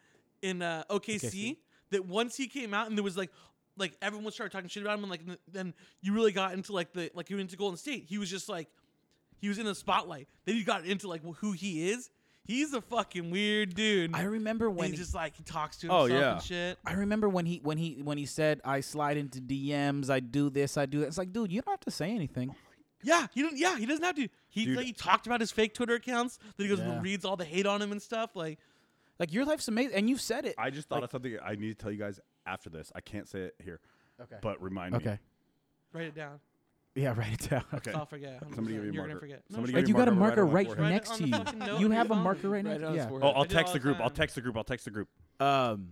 C: in uh, OKC, That once he came out and there was like like everyone started talking shit about him, and like th- then you really got into like the like you went into Golden State. He was just like he was in the spotlight. Then you got into like who he is. He's a fucking weird dude.
B: I remember when
C: he
B: he-
C: just like he talks to
A: Oh,
C: himself
A: yeah.
C: and shit.
B: I remember when he when he when he said I slide into DMs, I do this, I do that. It's like, dude, you don't have to say anything.
C: Yeah, he didn't. Yeah, he doesn't have to. He
A: Dude.
C: like, he talked about his fake Twitter accounts that he goes
B: Yeah.
C: and reads all the hate on him and stuff. Like,
B: Like your life's amazing, and you've said it.
A: I just thought of something I need to tell you guys after this. I can't say it here.
B: Okay.
A: But remind me.
B: okay.
C: write it down.
B: Yeah, write it down.
C: <laughs>
A: Okay.
C: I'll forget. 100%.
A: Somebody give me a
C: You're
A: marker.
C: gonna forget.
A: Somebody
C: sure.
A: give
B: Like
A: me
B: you got a marker
A: on my
B: right
A: forehead.
C: Write it
B: next
C: on
B: to
C: the
B: you.
C: fucking note
B: You
C: in
B: have a
C: your phone.
B: marker right
E: Right
B: next.
E: on his
B: Yeah.
E: forehead.
A: Oh,
C: I
A: I'll
C: do it
A: text
C: all
A: the
C: the
A: group. I'll
C: time.
A: text the group. I'll text the group.
E: Um,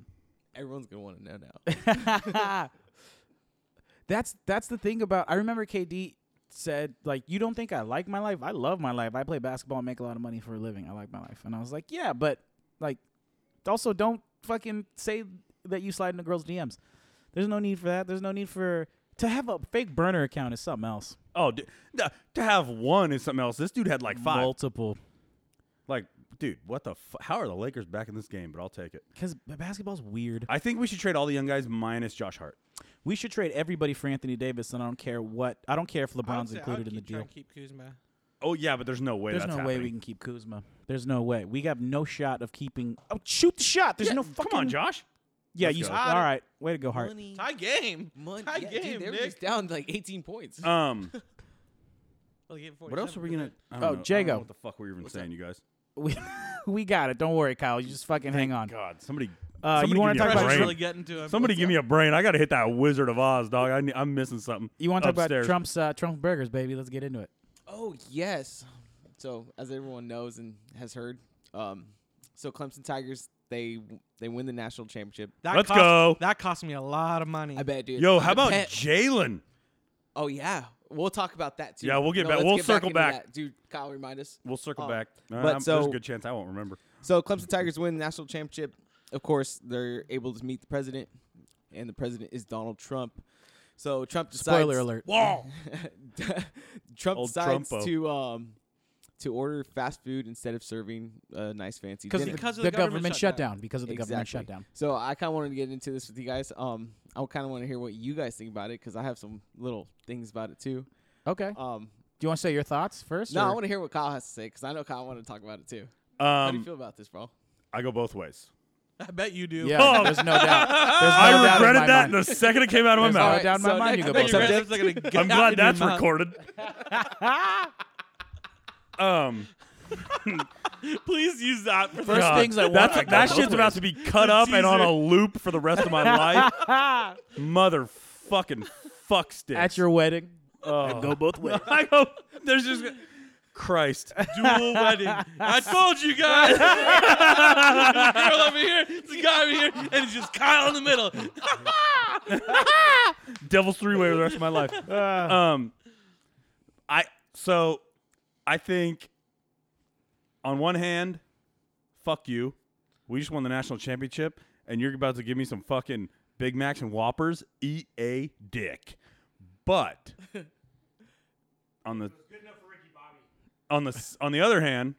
E: everyone's gonna want to know now. <laughs>
B: <laughs> that's that's the thing about I remember KD said like you don't think I like my life? I love my life. I play basketball and make a lot of money for a living. I like my life. And I was like, "Yeah, but like also don't fucking say that you slide into girls DMs. There's no need for that. There's no need for to have a fake burner account is something else.
A: Oh, d- no, to have one is something else. This dude had like five.
B: Multiple.
A: like, dude, what the? Fu- How are the Lakers back in this game? But I'll take it.
B: Cuz basketball's weird.
A: I think we should trade all the young guys minus Josh Hart.
B: We should trade everybody for Anthony Davis and I don't care what. I don't care if
C: I would
B: LeBron's
C: say I
B: included
C: would
B: in the
C: keep- try
B: deal.
C: and Keep Kuzma.
A: Oh yeah, but there's no way.
B: There's no
A: that's
B: way we
A: <laughs> happening.
B: can keep Kuzma. There's no way. We have no shot of keeping. Oh, shoot the shot. There's
A: Yeah,
B: no fucking.
A: Come on, Josh.
G: Yeah,
A: Let's
G: you.
A: go.
G: All right, way to go, Hart.
E: Money.
C: Tie game.
E: Money.
C: Tie
E: Yeah,
C: game,
E: dude, they were
C: Nick.
E: just down like 18 points.
A: Um,
C: Well, he gave
A: what else are
C: 47.
A: we gonna? I don't
G: Oh,
A: know. I don't know
G: Jago.
A: what the fuck were you even saying, you guys?
G: We, <laughs> we got it. Don't worry, Kyle. You just fucking hang on.
A: God, somebody.
G: Uh, you
A: somebody
G: wanna
A: give me
G: talk
A: a
G: about-
C: Pressure's
A: brain.
C: really getting to him.
A: Somebody give me a brain. I gotta hit that Wizard of Oz, dog. I need, I'm missing something.
G: You want to talk
A: Upstairs.
G: about Trump's uh, Trump burgers, baby? Let's get into it.
E: Oh yes. So as everyone knows and has heard, um, so Clemson Tigers they they win the national championship.
C: That
A: Let's
C: cost,
A: go.
C: That cost me a lot of money.
E: I bet, dude.
A: Yo,
E: I
A: how about
E: bet.
A: Jalen?
E: oh yeah, we'll talk about that too.
A: Yeah, we'll get
E: No,
A: back-
E: let's
A: we'll
E: get
A: circle
E: into
A: back.
E: that. dude. Kyle, remind us.
A: We'll circle
E: Oh,
A: back. Uh,
E: but
A: I'm- there's a
E: so-
A: good chance I won't remember.
E: So Clemson Tigers win the national championship. Of course, they're able to meet the president, and the president is Donald Trump. So Trump decides.
G: Spoiler
E: <laughs>
G: alert.
A: Whoa!
E: Trump
A: Old
E: decides
A: Trumpo.
E: to um to order fast food instead of serving a nice fancy
G: Because
E: dinner.
C: Because
G: the,
C: of the
G: government,
C: government
G: shutdown.
C: shutdown.
G: Because of the government shutdown.
E: So I kind of wanted to get into this with you guys. Um, I kind of want to hear what you guys think about it because I have some little things about it too.
G: Okay.
E: Um,
G: Do you want to say your thoughts first?
E: no, I
G: or-
E: want to hear what Kyle has to say because I know Kyle wanted to talk about it too. How do you
A: Um,
E: feel about this, bro?
A: I go both ways.
C: I bet you do. <laughs>
G: Yeah,
A: Oh.
G: there's
A: <laughs>
G: no doubt. There's no
A: I
G: doubt in
A: regretted
G: my
A: that
G: mind.
A: the second it came out of my
G: There's no
A: mouth.
E: Alright,
G: doubt in my
E: so
G: mind.
C: <laughs>
G: You
E: next-
G: go
E: next
G: both ways.
A: <laughs>
E: subject.
A: I'm glad that's
G: <laughs>
A: recorded. um,
C: Please use that for
G: First
A: God,
G: things I want.
A: that's-
G: I go
A: that
G: both
A: shit's about
G: ways.
A: to be cut up and
G: <laughs>
A: on a loop for the rest of my life. Motherfucking fuck sticks.
G: At your wedding,
A: oh.
G: go both ways.
A: <laughs> I go. There's just
G: <laughs>
A: Christ.
C: dual wedding. I told you guys. <laughs> girl over here, it's a guy over here, and it's just Kyle in the middle.
A: Devil's three way for the rest of my
C: <laughs>
A: life. Um, I so I think on one hand, fuck you. We just won the national championship, and you're about to give me some fucking Big Macs and Whoppers. Eat a dick. But
C: <laughs>
A: on the on the s- on the other hand,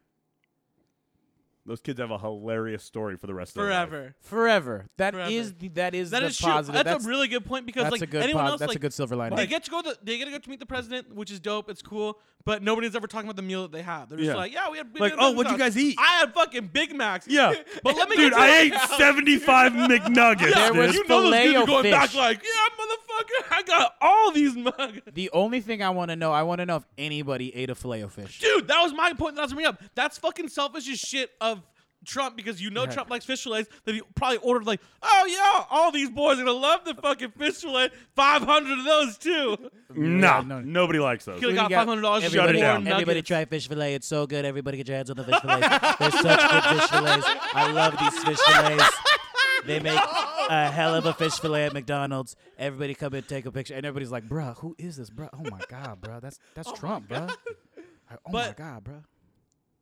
A: those kids have a hilarious story for the rest of their life.
C: Forever.
G: Forever. That
C: Forever.
G: is the, that is
C: That
G: the
C: is true.
G: positive.
C: That's,
G: that's
C: a really good point because
G: that's
C: like
G: a good
C: anyone
G: pos-
C: else,
G: that's
C: like,
G: a good silver lining.
C: They get to go. To, they get to go to meet the president, which is dope. It's cool, but nobody's ever talking about the meal that they had. They're just
A: Yeah.
C: like, "Yeah, we had we
A: Like,
C: had
A: "Oh,
C: Mexican
A: what'd you
C: sauce."
A: guys eat?"
C: I had fucking Big Macs.
A: Yeah,
C: <laughs> But let me
A: dude,
C: get to
A: I
C: that. <laughs>
A: ate seventy-five McNuggets.
C: Yeah,
G: There
A: dude.
G: was
C: you know those dudes are going back
G: Filet-O-Fish.
C: like, "Yeah, motherfucker, I got all these mugs."
G: the only thing I want to know, I want to know if anybody ate a filet o fish.
C: Dude, that was my point. That was me up. That's fucking selfish as shit of Trump because you know Trump likes fish fillets. That he probably ordered like, oh yeah, all these boys are gonna love the fucking fish fillet. Five hundred of those too.
G: <laughs>
A: Nah,
G: Yeah, no.
A: nobody likes those.
C: Could've got five hundred dollars.
A: Shut it down.
G: Everybody try fish fillet. It's so good. Everybody get your hands on the fish fillets. They're such good fish fillets. I love these fish fillets. They make a hell of a fish fillet at McDonald's. Everybody come and take a picture. And everybody's like, bruh, who is this, bruh? Oh my God, bruh. That's that's Trump, bruh. Oh my
C: But-
G: God, bruh.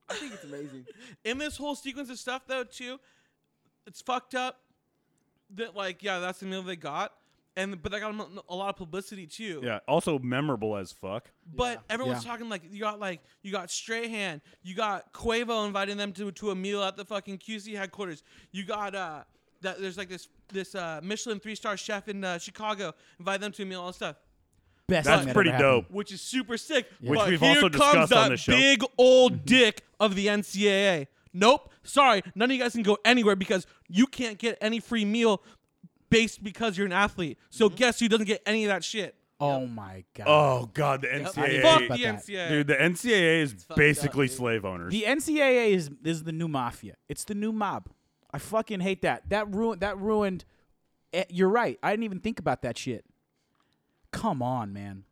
E: I think it's amazing.
C: in this whole sequence of stuff though too it's fucked up that like yeah that's the meal they got and but they got 'em a lot of publicity too
A: Yeah, also memorable as fuck.
C: but everyone's
G: Yeah.
C: talking like you got like you got Strahan you got Quavo inviting them to, to a meal at the fucking QC headquarters you got uh that there's like this this uh Michelin three star chef in uh, Chicago invite them to a meal all this stuff
G: Best
A: That's
G: thing that
A: pretty
G: ever happened.
A: dope.
C: which is super sick.
A: Which
C: But
A: we've
C: here
A: also
C: comes
A: discussed on
C: that
A: the show.
C: Big
G: Mm-hmm.
C: old dick of the NCAA. Nope. Sorry, none of you guys can go anywhere because you can't get any free meal based because you're an athlete. So
G: Mm-hmm.
C: guess who doesn't get any of that shit?
G: Oh my God.
A: Oh god, the
G: I
A: NCAA.
G: forgot
C: Fuck
G: about
C: the
G: that.
C: NCAA.
A: Dude, the NCAA is
E: fucked
A: basically
E: up, dude.
A: slave owners.
G: The uh, NCAA is is the new mafia. It's the new mob. I fucking hate that. That ruined. That ruined. eh, You're right. I didn't even think about that shit. Come on, man.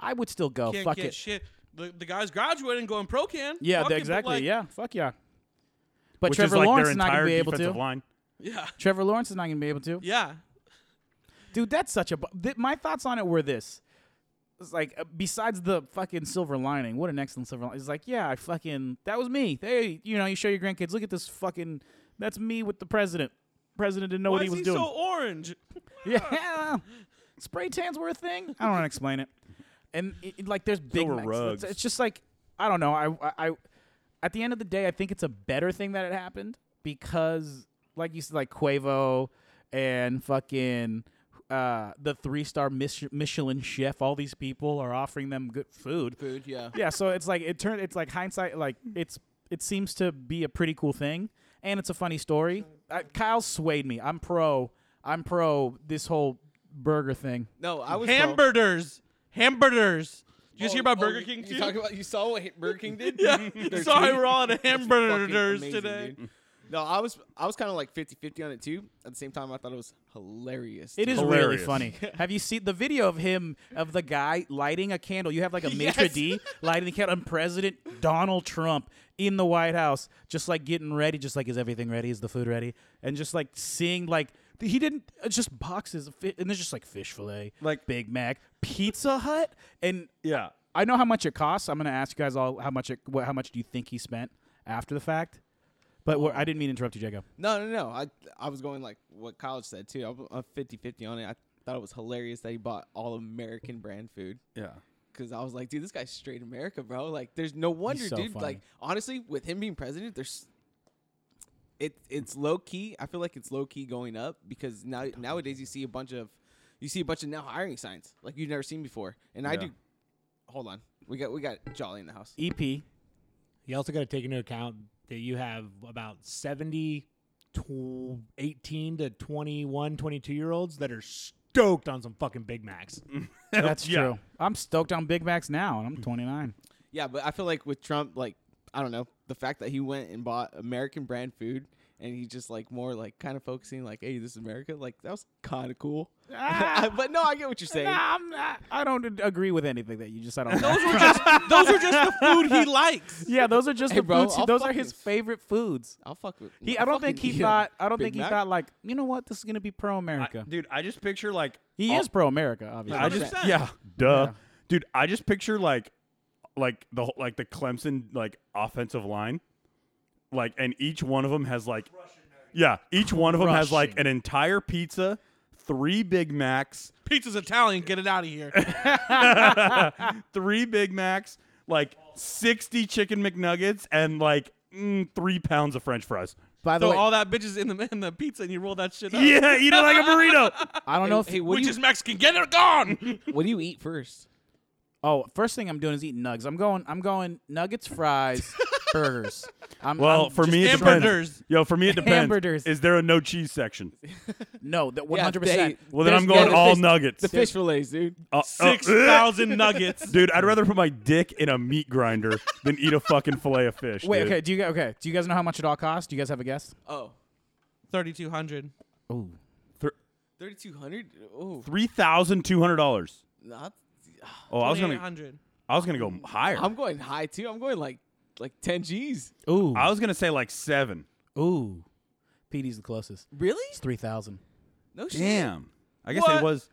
G: I would still go.
C: Can't
G: Fuck
C: get
G: it.
C: shit. The, the guys graduating going pro can.
G: yeah,
C: Fuck
G: the-
C: it, but,
G: exactly.
C: like,
G: yeah, fuck yeah. But
A: which
G: Trevor
A: is like
G: Lawrence
A: their
G: is not gonna
A: entire
G: be able to.
A: defensive line.
C: <laughs> Yeah.
G: Trevor Lawrence is not gonna be able to.
C: Yeah.
G: Dude, that's such a. bu- Th- my thoughts on it were this. It's like uh, besides the fucking silver lining, what an excellent silver lining. It's like, yeah, I fucking that was me. They, you know, you show your grandkids, look at this fucking. That's me with the president. President didn't know
C: Why
G: what he
C: is
G: was
C: he
G: doing.
C: so orange?
G: <laughs> Yeah, spray tans were a thing. I don't want to explain it. And it, it- like, there's big
A: were
G: Macs. It's,
A: rugs.
G: it's just like I don't know. I, I I- at the end of the day, I think it's a better thing that it happened because, like you said, like Quavo and fucking uh, the three star Mich- Michelin chef. All these people are offering them good food.
E: Food, yeah.
G: Yeah, so it's like it turned. It's like hindsight. Like it's it seems to be a pretty cool thing, and it's a funny story. I, Kyle swayed me. I'm pro. I'm pro this whole burger thing.
E: No, I was told-
C: hamburgers. Hamburgers. Did you guys
E: Oh,
C: hear about
E: oh,
C: Burger
E: you-
C: King
E: you
C: too?
E: talking
C: <laughs>
E: about- you saw what Burger King did?
C: yeah.
E: They're
C: Sorry,
E: cheap.
C: we're
E: <laughs>
C: all at
E: fucking
C: hamburgers
E: amazing,
C: today.
E: dude. No, I was I was kind of like 50-50 on it too. At the same time, I thought it was hilarious.
G: It is really
A: Hilarious.
G: funny. <laughs> have you seen the video of him of the guy lighting a candle?
A: <laughs>
G: You have like a maitre
E: Yes.
G: d lighting the candle, and President Donald Trump in the White House, just like getting ready, just like is everything ready? Is the food ready? And just like seeing like he didn't it's just boxes of fi- and there's just like fish fillet,
A: Like-
G: Big Mac, Pizza Hut, and
A: Yeah.
G: I know how much it costs. I'm going to ask you guys all how much it, what, how much do you think he spent after the fact? But we're- I didn't mean to interrupt you, Jacob.
E: No, no, no. I I was going like what college said too. I'm- I'm 50-50 on it. I thought it was hilarious that he bought all American brand food.
A: Yeah.
E: Cause I was like, dude, this guy's straight America, bro. Like, there's no wonder,
G: so
E: dude.
G: funny.
E: Like, honestly, with him being president, there's it. It's low key. I feel like it's low key going up because now nowadays you see a bunch of you see a bunch of now hiring signs like you've never seen before. And I
A: Yeah.
E: do. Hold on, we got we got Jolly in the house.
A: <laughs>
G: EP.
H: You also got to take into account that you have about 70, tw- 18 to 21, 22 year olds that are stoked on some fucking Big Macs.
G: That's
A: Oh, Yeah.
G: true. I'm stoked on Big Macs now, and I'm 29.
E: Yeah, but I feel like with Trump, like I don't know, the fact that he went and bought American brand food and he just like more like kind of focusing like, hey, this is America. Like that was kind of cool. <laughs> but no, I get what you're saying.
G: Nah, Ah, I'm not, I don't agree with anything that you just said. On that.
C: Those were just those are just the
A: <laughs>
C: food he likes.
G: <laughs> yeah, those are just
E: Hey,
G: the
E: bro,
G: foods.
E: I'll
G: those are
E: fuck
G: his
E: with-
G: favorite foods.
E: I'll fuck with.
G: He,
E: I'll
G: I don't
E: <laughs>
G: think
E: fucking
G: he
E: eat a
G: thought. I don't
E: Big
G: think he
E: Mac.
G: thought like, you know what, this is gonna be pro
A: I-
G: America.
A: dude, I just picture like
G: He
A: all-
G: is pro America, obviously.
A: I just
E: 100%.
A: yeah, duh, dude. I just picture like, like the whole- like the Clemson like offensive line, like, and each one of them has like, yeah, each one of them has like an entire pizza, three Big Macs,
C: Pizza's Italian. Get it out of here.
A: three Big Macs, like sixty chicken McNuggets, and like mm, three pounds of French fries.
G: By the
C: So
G: way,
C: all that bitches in the in the pizza, and you roll that shit up.
A: Yeah, eat it like a burrito.
G: I don't know if
E: Hey, what
C: Which
E: do you
C: is Mexican? Get it gone.
E: <laughs> what do you eat first?
G: Oh, first thing I'm doing is eating nugs. I'm going. I'm going
E: <laughs>
G: nuggets, fries, burgers. I'm,
A: Well,
G: I'm
A: for me, it
G: just-
A: depends.
C: hamburgers.
A: Yo, for me, it depends.
G: Hamburgers.
A: Is there a no cheese section?
G: no, that 100. percent
E: they-
A: Well, then I'm
E: There's-
A: going
E: yeah,
A: all
E: the fish-
A: nuggets.
E: The fish fillets, dude.
A: Uh, uh, <laughs>
C: Six thousand nuggets.
A: Dude, I'd rather put my dick in a meat grinder than eat a fucking fillet of fish.
G: Wait,
A: dude.
G: okay. Do you guys okay? Do you guys know how much it all costs? Do you guys have a guess?
E: Oh.
C: Thirty two hundred.
G: Oh,
E: Thirty-two hundred. Oh,
A: Three thousand two hundred dollars.
E: not.
A: Oh, I was gonna,
C: hundred.
A: I was gonna go higher.
E: I'm going high too. I'm going like like ten G's.
G: ooh,
A: I was gonna say like seven.
E: Uh,
G: ooh. PD's the closest.
E: Really?
G: It's three thousand.
E: No shit.
A: Damn. I guess it
C: What?
A: was.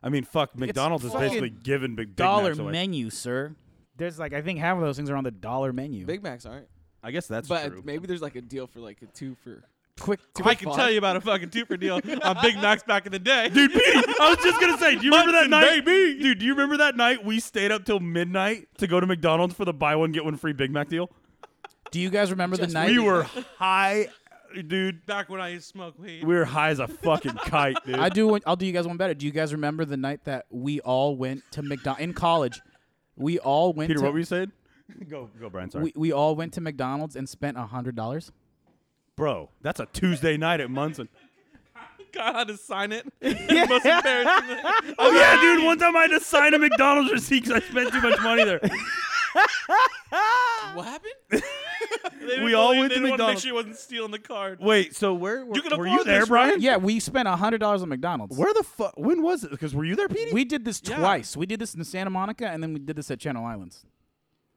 A: I mean, fuck. McDonald's is
G: fucking
A: basically giving big, big
G: Dollar
A: Macs away.
G: menu, sir. There's like I think half of those things are on the dollar menu.
E: Big Macs aren't.
A: I guess that's
E: but
A: true.
E: maybe there's like a deal for like a two for.
G: quick.
C: I can tell you about a fucking twofer
G: <laughs>
C: deal on Big Macs back in the day.
A: Dude, Petey, I was just gonna say, do you remember that night? Dude, do you remember that night we stayed up till midnight to go to McDonald's for the buy one get one free Big Mac deal?
G: Do you guys remember the night?
A: We were high, dude.
C: back when I used to smoke weed.
A: We were high as a fucking kite, dude.
G: I do. want- I'll do you guys one better. Do you guys remember the night that we all went to McDonald's in college? We all went.
A: Peter,
G: to,
A: what were you saying? go, go, Brian. Sorry,
G: We, we all went to McDonald's and spent a hundred dollars.
A: bro. That's a Tuesday night at Munson.
C: God, I had to sign
A: <laughs>
C: it. <laughs> Yeah. Most embarrassing.
A: Oh yeah, dude. One time I had to sign a McDonald's receipt because I spent too much money there. <laughs>
E: What happened?
A: We all went to
C: Make
A: McDonald's.
C: sure he wasn't stealing the card.
A: Wait, so where were
C: You can
A: were
C: afford
A: you there,
C: this,
A: Brian?
G: Yeah, we spent a hundred dollars on McDonald's.
A: Where the fuck? When was it? Because were you there, Petey?
G: We did this
C: Yeah.
G: twice. We did this in Santa Monica, and then we did this at Channel Islands.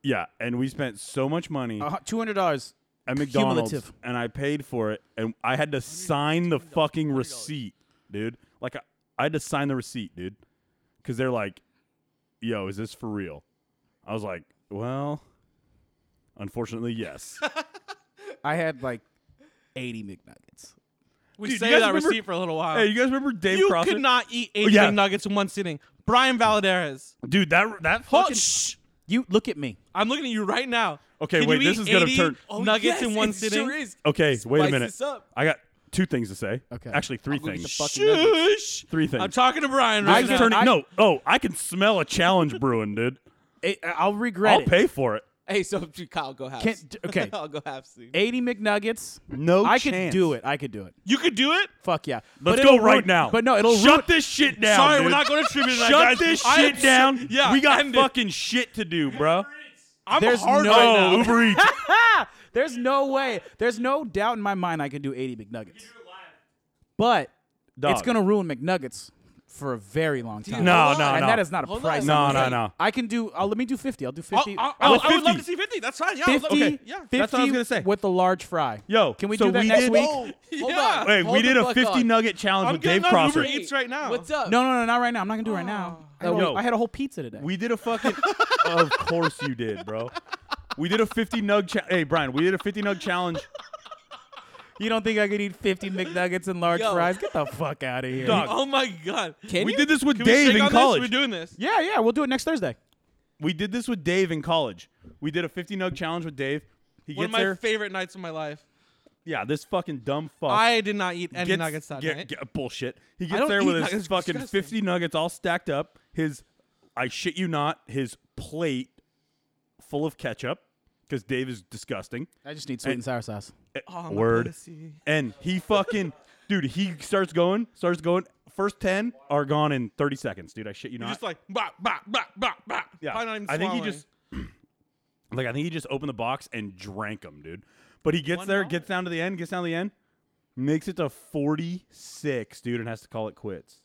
A: yeah, and we spent so much money
G: Two hundred dollars.
A: at McDonald's,
G: cumulative.
A: and I paid for it, and I had to sign the fucking receipt, dude. Like I, I had to sign the receipt, dude, because they're like, "Yo, is this for real?" I was like, "Well, unfortunately, yes."
G: I had like eighty McNuggets.
C: We
A: Dude, you
C: saved
A: guys
C: that
A: remember-
C: receipt for a little
A: <laughs>
C: while.
A: Hey, you guys remember Dave
C: you
A: Prosser?
C: could not eat eight
A: Oh, yeah.
C: nuggets in one sitting. Brian Valadares.
A: Dude, that that
C: Oh,
A: fucking
C: shh.
G: You look at me.
C: I'm looking at you right now.
A: Okay,
C: Can
A: wait,
C: you
A: this
C: eat
A: is gonna
C: 80
A: turn- Oh,
C: nuggets in one
E: Oh, it
C: sitting.
E: Sure is.
A: Okay, wait a
E: Spice
A: minute.
E: this up.
A: I got two things to say.
G: Okay.
A: Actually, 3
E: gonna get
A: things.
E: the fuck- Fucking
C: Shush.
A: Three
C: I'm
A: things.
C: talking to Brian
A: This
C: right
A: is
C: now.
A: turning-
C: <laughs>
G: I-
A: no, oh, I can smell a challenge brewing, dude.
G: I, will regret
A: I'll
G: it.
A: pay for it.
E: Hey, so <laughs> Kyle, go halves.
G: Can't- d- okay.
E: <laughs> I'll go halves. dude.
G: 80 McNuggets.
A: No
G: I
A: chance.
G: could do it. I could do it.
C: You could do it.
G: Fuck yeah.
A: Let's
G: But
A: go
G: it'll
A: right
G: ruin-
A: now.
G: But no, it'll
A: shut
G: ruin-
A: this shit down.
C: Sorry,
A: dude.
C: we're not going to tribute
A: Shut
C: tonight, guys.
A: this
C: I am
A: shit
C: so-
A: down.
C: yeah,
A: we got
C: end it.
A: fucking shit to do, bro.
C: I'm
G: There's
C: hard
G: no-
C: right
A: Oh,
C: now.
A: Uber
C: <laughs>
A: Eats.
G: There's no way. There's no doubt in my mind I could do 80 McNuggets. But it's
A: Dog.
G: going to ruin McNuggets for a very long time.
A: No,
E: hold
A: no,
E: on.
G: and
A: no.
G: that is not a
E: Hold on.
G: price.
A: No,
G: I'm
A: no,
G: saying.
A: no.
G: I can do. I'll, let me do 50. I'll do
C: I'll-
G: 50.
C: I'll-
A: I
C: I'll-
A: was
C: Oh, I would love
A: 50.
C: to see 50. That's fine. Yeah, I would
G: 50,
C: love- okay. Yeah.
G: 50
A: That's what I was gonna say.
G: with the large fry.
A: Yo,
G: can we
A: so
G: do that
A: we
G: next
A: did- Oh.
G: week?
E: Whoa, hold
C: Yeah.
E: on.
A: Wait,
E: Hold
A: we
E: the
A: did a
E: fuck
A: 50
E: on.
A: nugget challenge
C: I'm
A: with Dave
C: getting on
A: Crosser.
C: Uber Eats right now.
E: What's up?
G: No, no, no, not right now. I'm not gonna do it right now. I had, a,
A: Yo.
G: I had a whole pizza today.
A: We did a fucking. of course you did, bro. We did a 50 nug. Cha- hey, Brian, we did a 50 nug challenge.
G: you don't think I could eat 50 McNuggets and large
E: Yo.
G: fries? Get the fuck out of here.
A: Dog.
C: Oh my god.
E: Can
A: we
E: you?
A: did this with
C: Can we shake
A: Dave
C: on
A: in
C: this?
A: college.
C: We're doing this.
G: Yeah, yeah, we'll do it next Thursday.
A: We did this with Dave in college. We did a 50 nug challenge with Dave. He
C: One of
A: gets
C: my
A: there.
C: favorite nights of my life.
A: yeah, this fucking dumb fuck.
C: I did not eat any
A: gets-
C: nuggets that
A: get-
C: night.
A: get- bullshit. He
C: don't
A: gets there
C: eat
A: with his
C: nuggets, it's
A: fucking
C: disgusting.
A: 50 nuggets all stacked up. His, I shit you not, his plate full of ketchup because Dave is disgusting. Eh,
G: I just need sweet and sour sauce.
C: Oh, I'm a
A: Word.
C: pussy.
A: And he fucking, dude, he starts going, starts going. First 10 are gone in 30 seconds, dude. I shit you
C: You're
A: not.
C: just like bah bah bah bah bah.
A: yeah.
C: Probably not even
A: I think he
C: swallowing.
A: just, like, I think he just <clears throat> opened the box and drank them, dude. But he gets there, gets down to the end, gets down to the end, makes it to 46, dude, and has to call it quits.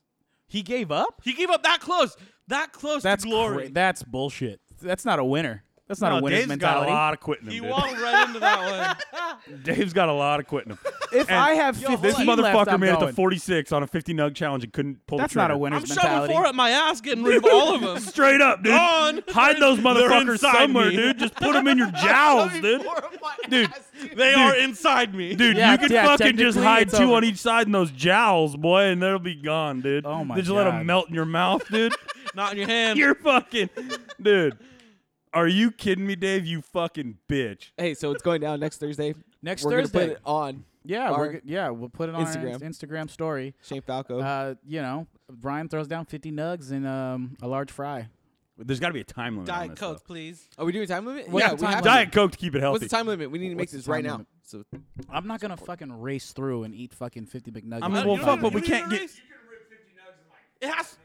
G: He gave up?
C: he gave up that close, that close
G: That's
C: to glory.
G: cra- that's bullshit. That's not a winner. That's not
A: No,
G: a winner's
A: Dave's
G: mentality.
A: got a lot of quitting him,
C: he
A: dude.
C: walked right into that one.
A: <laughs> Dave's got a lot of quitting him.
G: <laughs> if I have 50
A: this
G: left,
A: motherfucker
G: I'm
A: made it to
G: going.
A: 46 on a 50 nug challenge and couldn't pull
G: That's
A: the trigger.
G: not a winner's
C: I'm shoving
G: mentality.
C: four up my ass, getting rid of <laughs> all
A: <laughs>
C: of them.
A: Straight up, dude.
C: Gone.
A: Hide those motherfuckers
C: inside
A: somewhere,
C: me.
A: dude. Just put them in
C: <laughs>
A: your jowls, dude. Dude,
C: They are inside me,
A: dude,
G: Yeah,
A: you could
G: yeah,
A: fucking just
G: technically
A: hide
G: it's
A: two
G: over.
A: on each side in those jowls, boy, and they'll be gone, dude.
G: Oh my
A: Did you let
G: God.
A: them melt in your mouth,
G: <laughs>
A: dude?
C: Not in your hand.
A: You're fucking, dude. Are you kidding me, Dave? You fucking bitch.
E: Hey, so it's going down next Thursday.
G: <laughs> Next
E: We're gonna put
G: Thursday.
E: it on
G: Yeah,
E: Our
G: we're, g- yeah, we'll put it on Instagram,
E: Instagram.
G: Instagram story.
E: Shane Falco.
G: Uh, you know, Brian throws down 50 nugs and um, a large fry.
A: There's got to be a time limit. on
C: Diet
A: this,
C: Coke, please.
E: Are we doing time limit?
G: What's
E: yeah,
G: the
E: we
G: time
E: have
A: though.
E: to.
A: Diet Coke to keep it healthy.
E: What's the time limit? We need to make
G: What's the
E: this right
G: time
E: now.
G: limit?
E: So
G: I'm not gonna fucking race through and eat fucking 50 McNuggets.
A: I mean,
G: in
A: well,
G: five
A: fuck, but
G: minutes.
A: we can't get.
C: It has.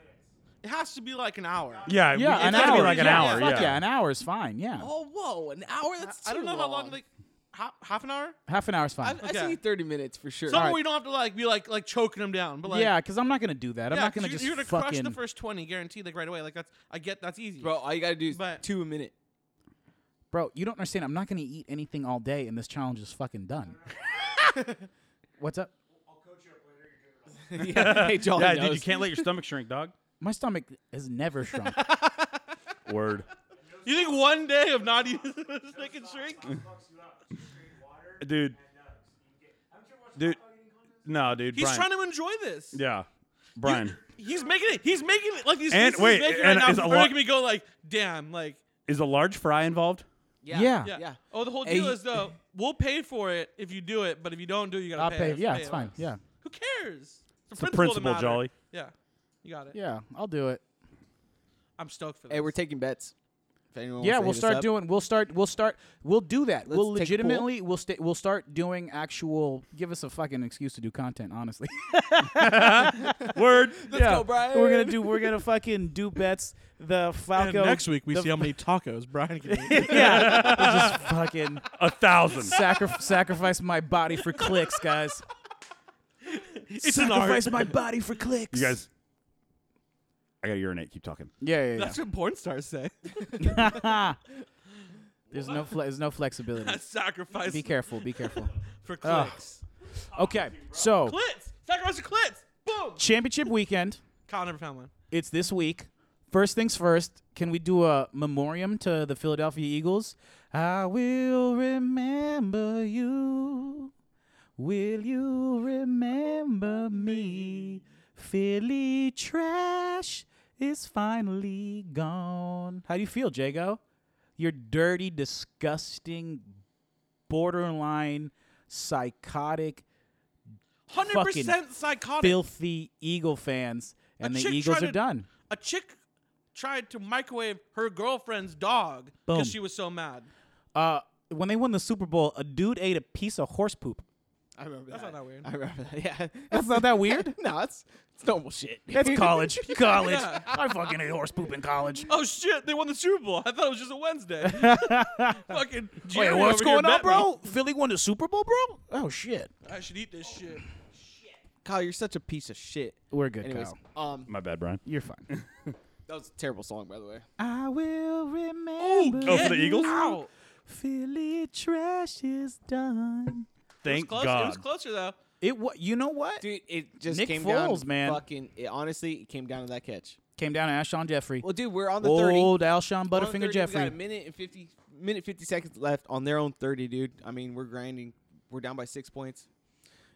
C: It has to be like an hour.
A: Yeah, we-
G: Yeah,
A: it's
G: an
A: gotta
G: hour.
A: be like an
G: yeah,
A: hour.
G: Fuck
A: yeah.
G: an hour is fine. Yeah,
E: Oh, whoa, an hour? That's
C: I don't
E: too
C: know how long. Like half, half an hour.
G: half an hour is
E: I,
G: fine.
E: I
C: Okay.
E: see 30 minutes for sure.
C: Something where you don't have to like be like like choking them down, but like
G: yeah, because I'm not gonna do that. I'm
C: yeah,
G: not
C: 'cause
G: gonna
C: you-
G: just
C: you're gonna
G: fucking.
C: crush the first twenty guaranteed like right away. Like that's I get that's easy.
E: Bro, all you gotta do is
C: But-
E: two a minute. <laughs>
G: Bro, you don't understand. I'm not gonna eat anything all day, and this challenge is
C: <laughs>
G: fucking done. What's up?
E: yeah, hey, Jolly
A: Yeah,
E: knows.
A: dude, you can't let your stomach shrink, dog.
G: My stomach has
C: <laughs>
G: never shrunk.
A: Word.
C: You think one day of not <laughs> eating stick and shrink?
A: Dude. Dude. No, dude.
C: He's
A: Brian.
C: trying to enjoy this.
A: Yeah. Brian.
C: He's making it. He's making it like these.
A: And-
C: faces
A: wait,
C: he's making
A: and
C: right
A: is a
C: now, are
A: lot-
C: making me go like, damn, like
A: is a large fry involved?
E: Yeah.
G: Yeah.
C: yeah.
E: Yeah.
C: Oh, the whole
E: Hey,
C: deal is though, we'll pay for it if you do it, but if you don't do, it, you gotta
G: I'll
C: pay.
G: pay.
C: us,
G: Yeah,
C: pay
G: it's fine.
C: us.
G: Yeah,
C: Who cares? It's
A: the
C: that
A: principle,
C: matters.
A: Jolly.
C: Yeah, you got it.
G: yeah, I'll do it.
C: I'm stoked for this.
E: Hey, we're taking bets. If anyone wants
G: Yeah,
E: to
G: we'll
E: hit us
G: start
E: up.
G: doing. We'll start. We'll start. We'll do that. we'll
E: Let's take a poll.
G: legitimately. We'll stay. We'll start doing actual. Give us a fucking excuse to do content.
C: <laughs>
G: Honestly.
A: Word.
E: Let's go, Brian.
G: We're gonna do. We're gonna fucking do bets. The Falco the- <laughs>
C: many tacos Brian can eat. <laughs>
G: yeah, we'll just fucking
A: A thousand.
G: sacri- sacrifice my body for clicks, guys.
C: it's an art.
G: sacrifice my body for clicks.
A: You guys. I gotta urinate. Keep talking.
G: Yeah, yeah, yeah.
C: That's what porn stars
G: <laughs>
C: say.
G: there's no. Fle- there's
C: <laughs>
G: no flexibility.
C: sacrifice
G: Be careful.
C: <laughs>
G: Be careful.
C: for
G: Ugh.
C: clicks.
G: Okay, so
C: Clits! Sacrifice for clits! Boom!
G: championship weekend.
C: Kyle never found one.
G: It's this week. First things first, can we do a memoriam to the Philadelphia Eagles? I will remember you. Will you remember me? Philly trash is finally gone. How do you feel, Jago? You're dirty, disgusting, borderline psychotic,
C: 100%
G: Fucking
C: psychotic.
G: filthy Eagle fans, and the
C: chick
G: Eagles
C: tried to-
G: are done.
C: A chick tried to microwave her girlfriend's dog
G: Boom.
C: because she was so mad.
G: Uh, when they won the Super Bowl, a dude ate a piece of horse poop.
E: I remember
C: That's
E: that.
C: not that weird.
E: I remember that. <laughs> Yeah,
G: That's not that
E: <laughs>
G: weird.
E: no, it's it's normal shit.
G: That's <laughs>
E: <laughs>
G: college. College.
C: Yeah.
G: I fucking ate horse poop in college.
C: Oh shit! They won the Super Bowl. I thought it was just a
G: <laughs>
C: Wednesday. Fucking. Jerry
G: Wait, what's
C: over here
G: going on,
C: met me.
G: bro? Philly won the Super Bowl, bro? Oh shit.
C: I should eat this shit.
E: Kyle, you're such a piece of shit.
G: We're good,
E: Anyways,
G: Kyle.
E: um,
A: My bad, Brian.
G: You're fine.
E: that was a terrible song, by the way.
G: <laughs> I will remember.
A: Oh, for the Eagles?
C: Ow.
G: Philly trash is done.
A: Thank
C: it was close. It was
A: God.
C: closer though.
G: It what? You know what?
E: Dude, it just
G: Nick
E: came
G: Foles,
E: down.
G: man.
E: Fucking, it, honestly, it came down to that catch.
G: Came down to Alshon Jeffrey.
E: Well, dude, we're on the thirty.
G: Old Alshon
E: We're on the
G: Butterfinger
E: 30, We
G: Jeffrey.
E: got a minute and fifty minute fifty seconds left on their own thirty, dude. I mean, we're grinding. We're down by six points.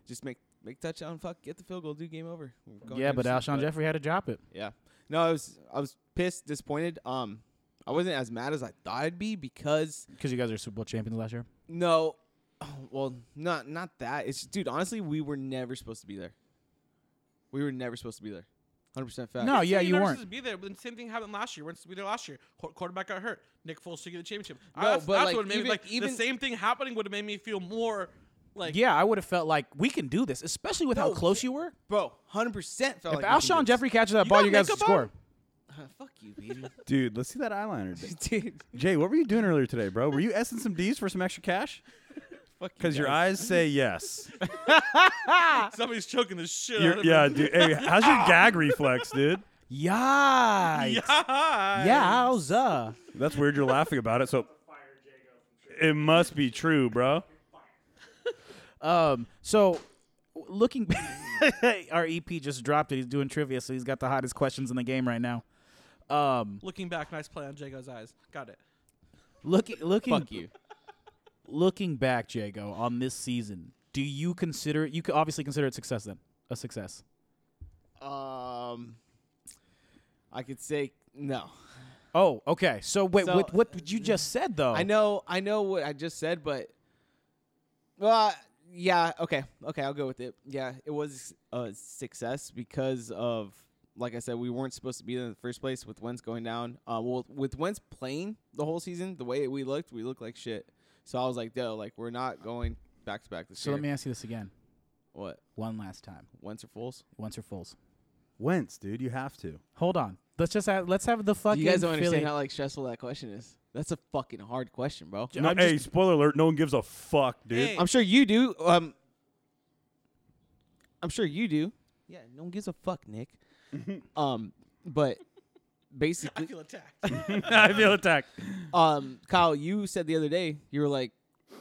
E: Just make make touchdown. Fuck, get the field goal. Do game over. We're going
G: Yeah, but
E: Anderson,
G: Alshon Jeffrey had to drop it.
E: Yeah. No, I was I was pissed, disappointed. Um, I wasn't as mad as I thought I'd be because
G: Because you guys are Super Bowl champions last year.
E: no, <sighs> well, not not that. It's dude. Honestly, we were never supposed to be there. We were never supposed to be there. Hundred percent fact.
G: No, yeah,
C: You're
G: you
C: never
G: weren't.
C: supposed to be there. But the same thing happened last year. We weren't supposed to be there last year. Qu- quarterback got hurt. Nick Foles took the championship. I-
E: No,
C: that's
E: but,
C: that's
E: like,
C: what made
E: even-
C: me, like
E: even-
C: the same thing happening would have made me feel more like
G: Yeah, I would have felt like we can do this, especially with how
E: No,
G: close you were.
E: bro. Hundred percent felt
G: If
E: like we can
G: Alshon
E: do this.
G: Jeffrey catches that ball,
C: got
G: you guys
C: makeup
G: score.
C: on?
E: fuck you, baby.
A: Dude, let's see that eyeliner. dude.
E: <laughs> dude,
A: Jay, what were you doing earlier today, bro? Were you essing some D's for some extra cash?
E: fuck you
A: Because your
E: guys.
A: eyes say yes.
C: somebody's choking the shit out
A: Your-
C: of
A: yeah,
C: me.
A: dude. Hey, how's your gag reflex, dude?
G: Yikes.
C: Yeah.
G: Yowza.
A: That's weird. You're laughing about it. So it must be true, bro.
G: Um, so w- looking <laughs> our EP just dropped it. He's doing trivia, so he's got the hottest questions in the game right now. Um,
C: <laughs> Looking back, nice play on Jago's eyes. Got it.
G: looking
E: <laughs>
G: looking
E: Fuck you.
G: looking back, Jago, on this season, do you consider it? You could obviously consider it success then a success.
E: Um, I could say no.
G: Oh, okay. So wait,
E: So-
G: what, what you just said though?
E: I know, I know what I just said, but well, yeah, okay, okay, I'll go with it. Yeah, it was a success because of, like I said, we weren't supposed to be there in the first place with Wentz going down. Uh, well, with Wentz playing the whole season, the way we looked, we looked like shit. So I was like, no, like we're not going back to back this
G: So
E: year.
G: let me ask you this again,
E: what
G: one last time.
E: Wentz or fools?
G: Once or fools.
A: Wentz, dude, you have to.
G: Hold on. Let's just have, let's have the fucking.
E: You guys don't understand
G: Philly-
E: how like stressful that question is. That's a fucking hard question, bro.
A: No, hey, spoiler alert. No one gives a fuck, dude.
C: Hey.
E: I'm sure you do. Um, I'm sure you do. Yeah, no one gives a fuck,
G: <laughs>
E: Nick. um, but
C: I
E: basically,
C: feel attacked.
A: <laughs> I feel attacked.
E: um, Kyle, you said the other day you were like,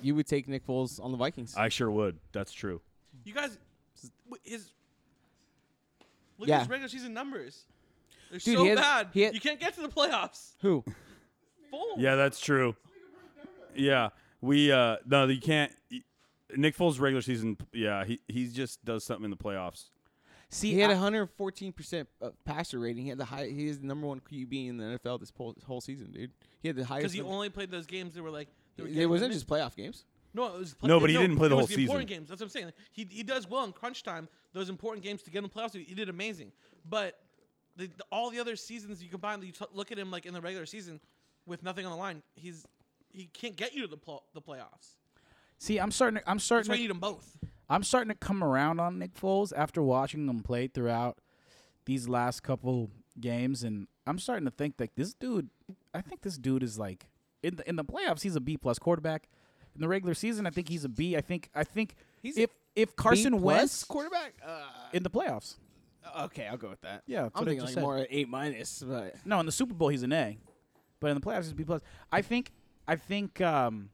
E: you would take Nick Foles on the Vikings.
A: I sure would. That's true.
C: <laughs> you guys, w- his look
E: Yeah.
C: at his regular season numbers. They're
E: Dude,
C: so
E: he had-
C: bad.
E: he had-
C: you can't get to the playoffs.
E: Who?
C: Foles.
A: Yeah, that's true. Yeah, we uh no, you can't. y- Nick Foles regular season. Yeah, he he just does something in the playoffs.
G: See,
E: He had
G: I-
E: 114 percent uh, passer rating. He had the high. He is the number one QB in the NFL this whole, whole season, dude. He had the highest.
C: Because he
E: number-
C: only played those games that were like. they were
E: it
C: getting
E: wasn't
C: them in.
E: just playoff games.
C: No, it was
A: No, but he didn't play
C: it
A: the
C: was
A: whole
C: the Important
A: season.
C: games. That's what I'm saying. Like, he he does well in crunch time. Those important games to get in the playoffs. He, he did amazing. But the, the, all the other seasons you combine, you t- look at him like in the regular season with nothing on the line. He's he can't get you to the pl- the playoffs.
G: see, I'm starting. To, I'm
C: That's
G: starting.
C: why
G: to-
C: you need them both.
G: I'm starting to come around on Nick Foles after watching him play throughout these last couple games, and I'm starting to think that this dude, I think this dude is like in the in the playoffs, he's a B plus quarterback. In the regular season, I think he's a B. I think I think
E: He's a
G: if if Carson
E: B plus
G: Wentz
E: quarterback. Uh,
G: in the playoffs,
E: okay, I'll go with that.
G: Yeah, that's
E: I'm
G: what I
E: thinking
G: just
E: like
G: said.
E: more A minus, but
G: no, in the Super Bowl he's an A, but in the playoffs he's a B plus. I think I think um,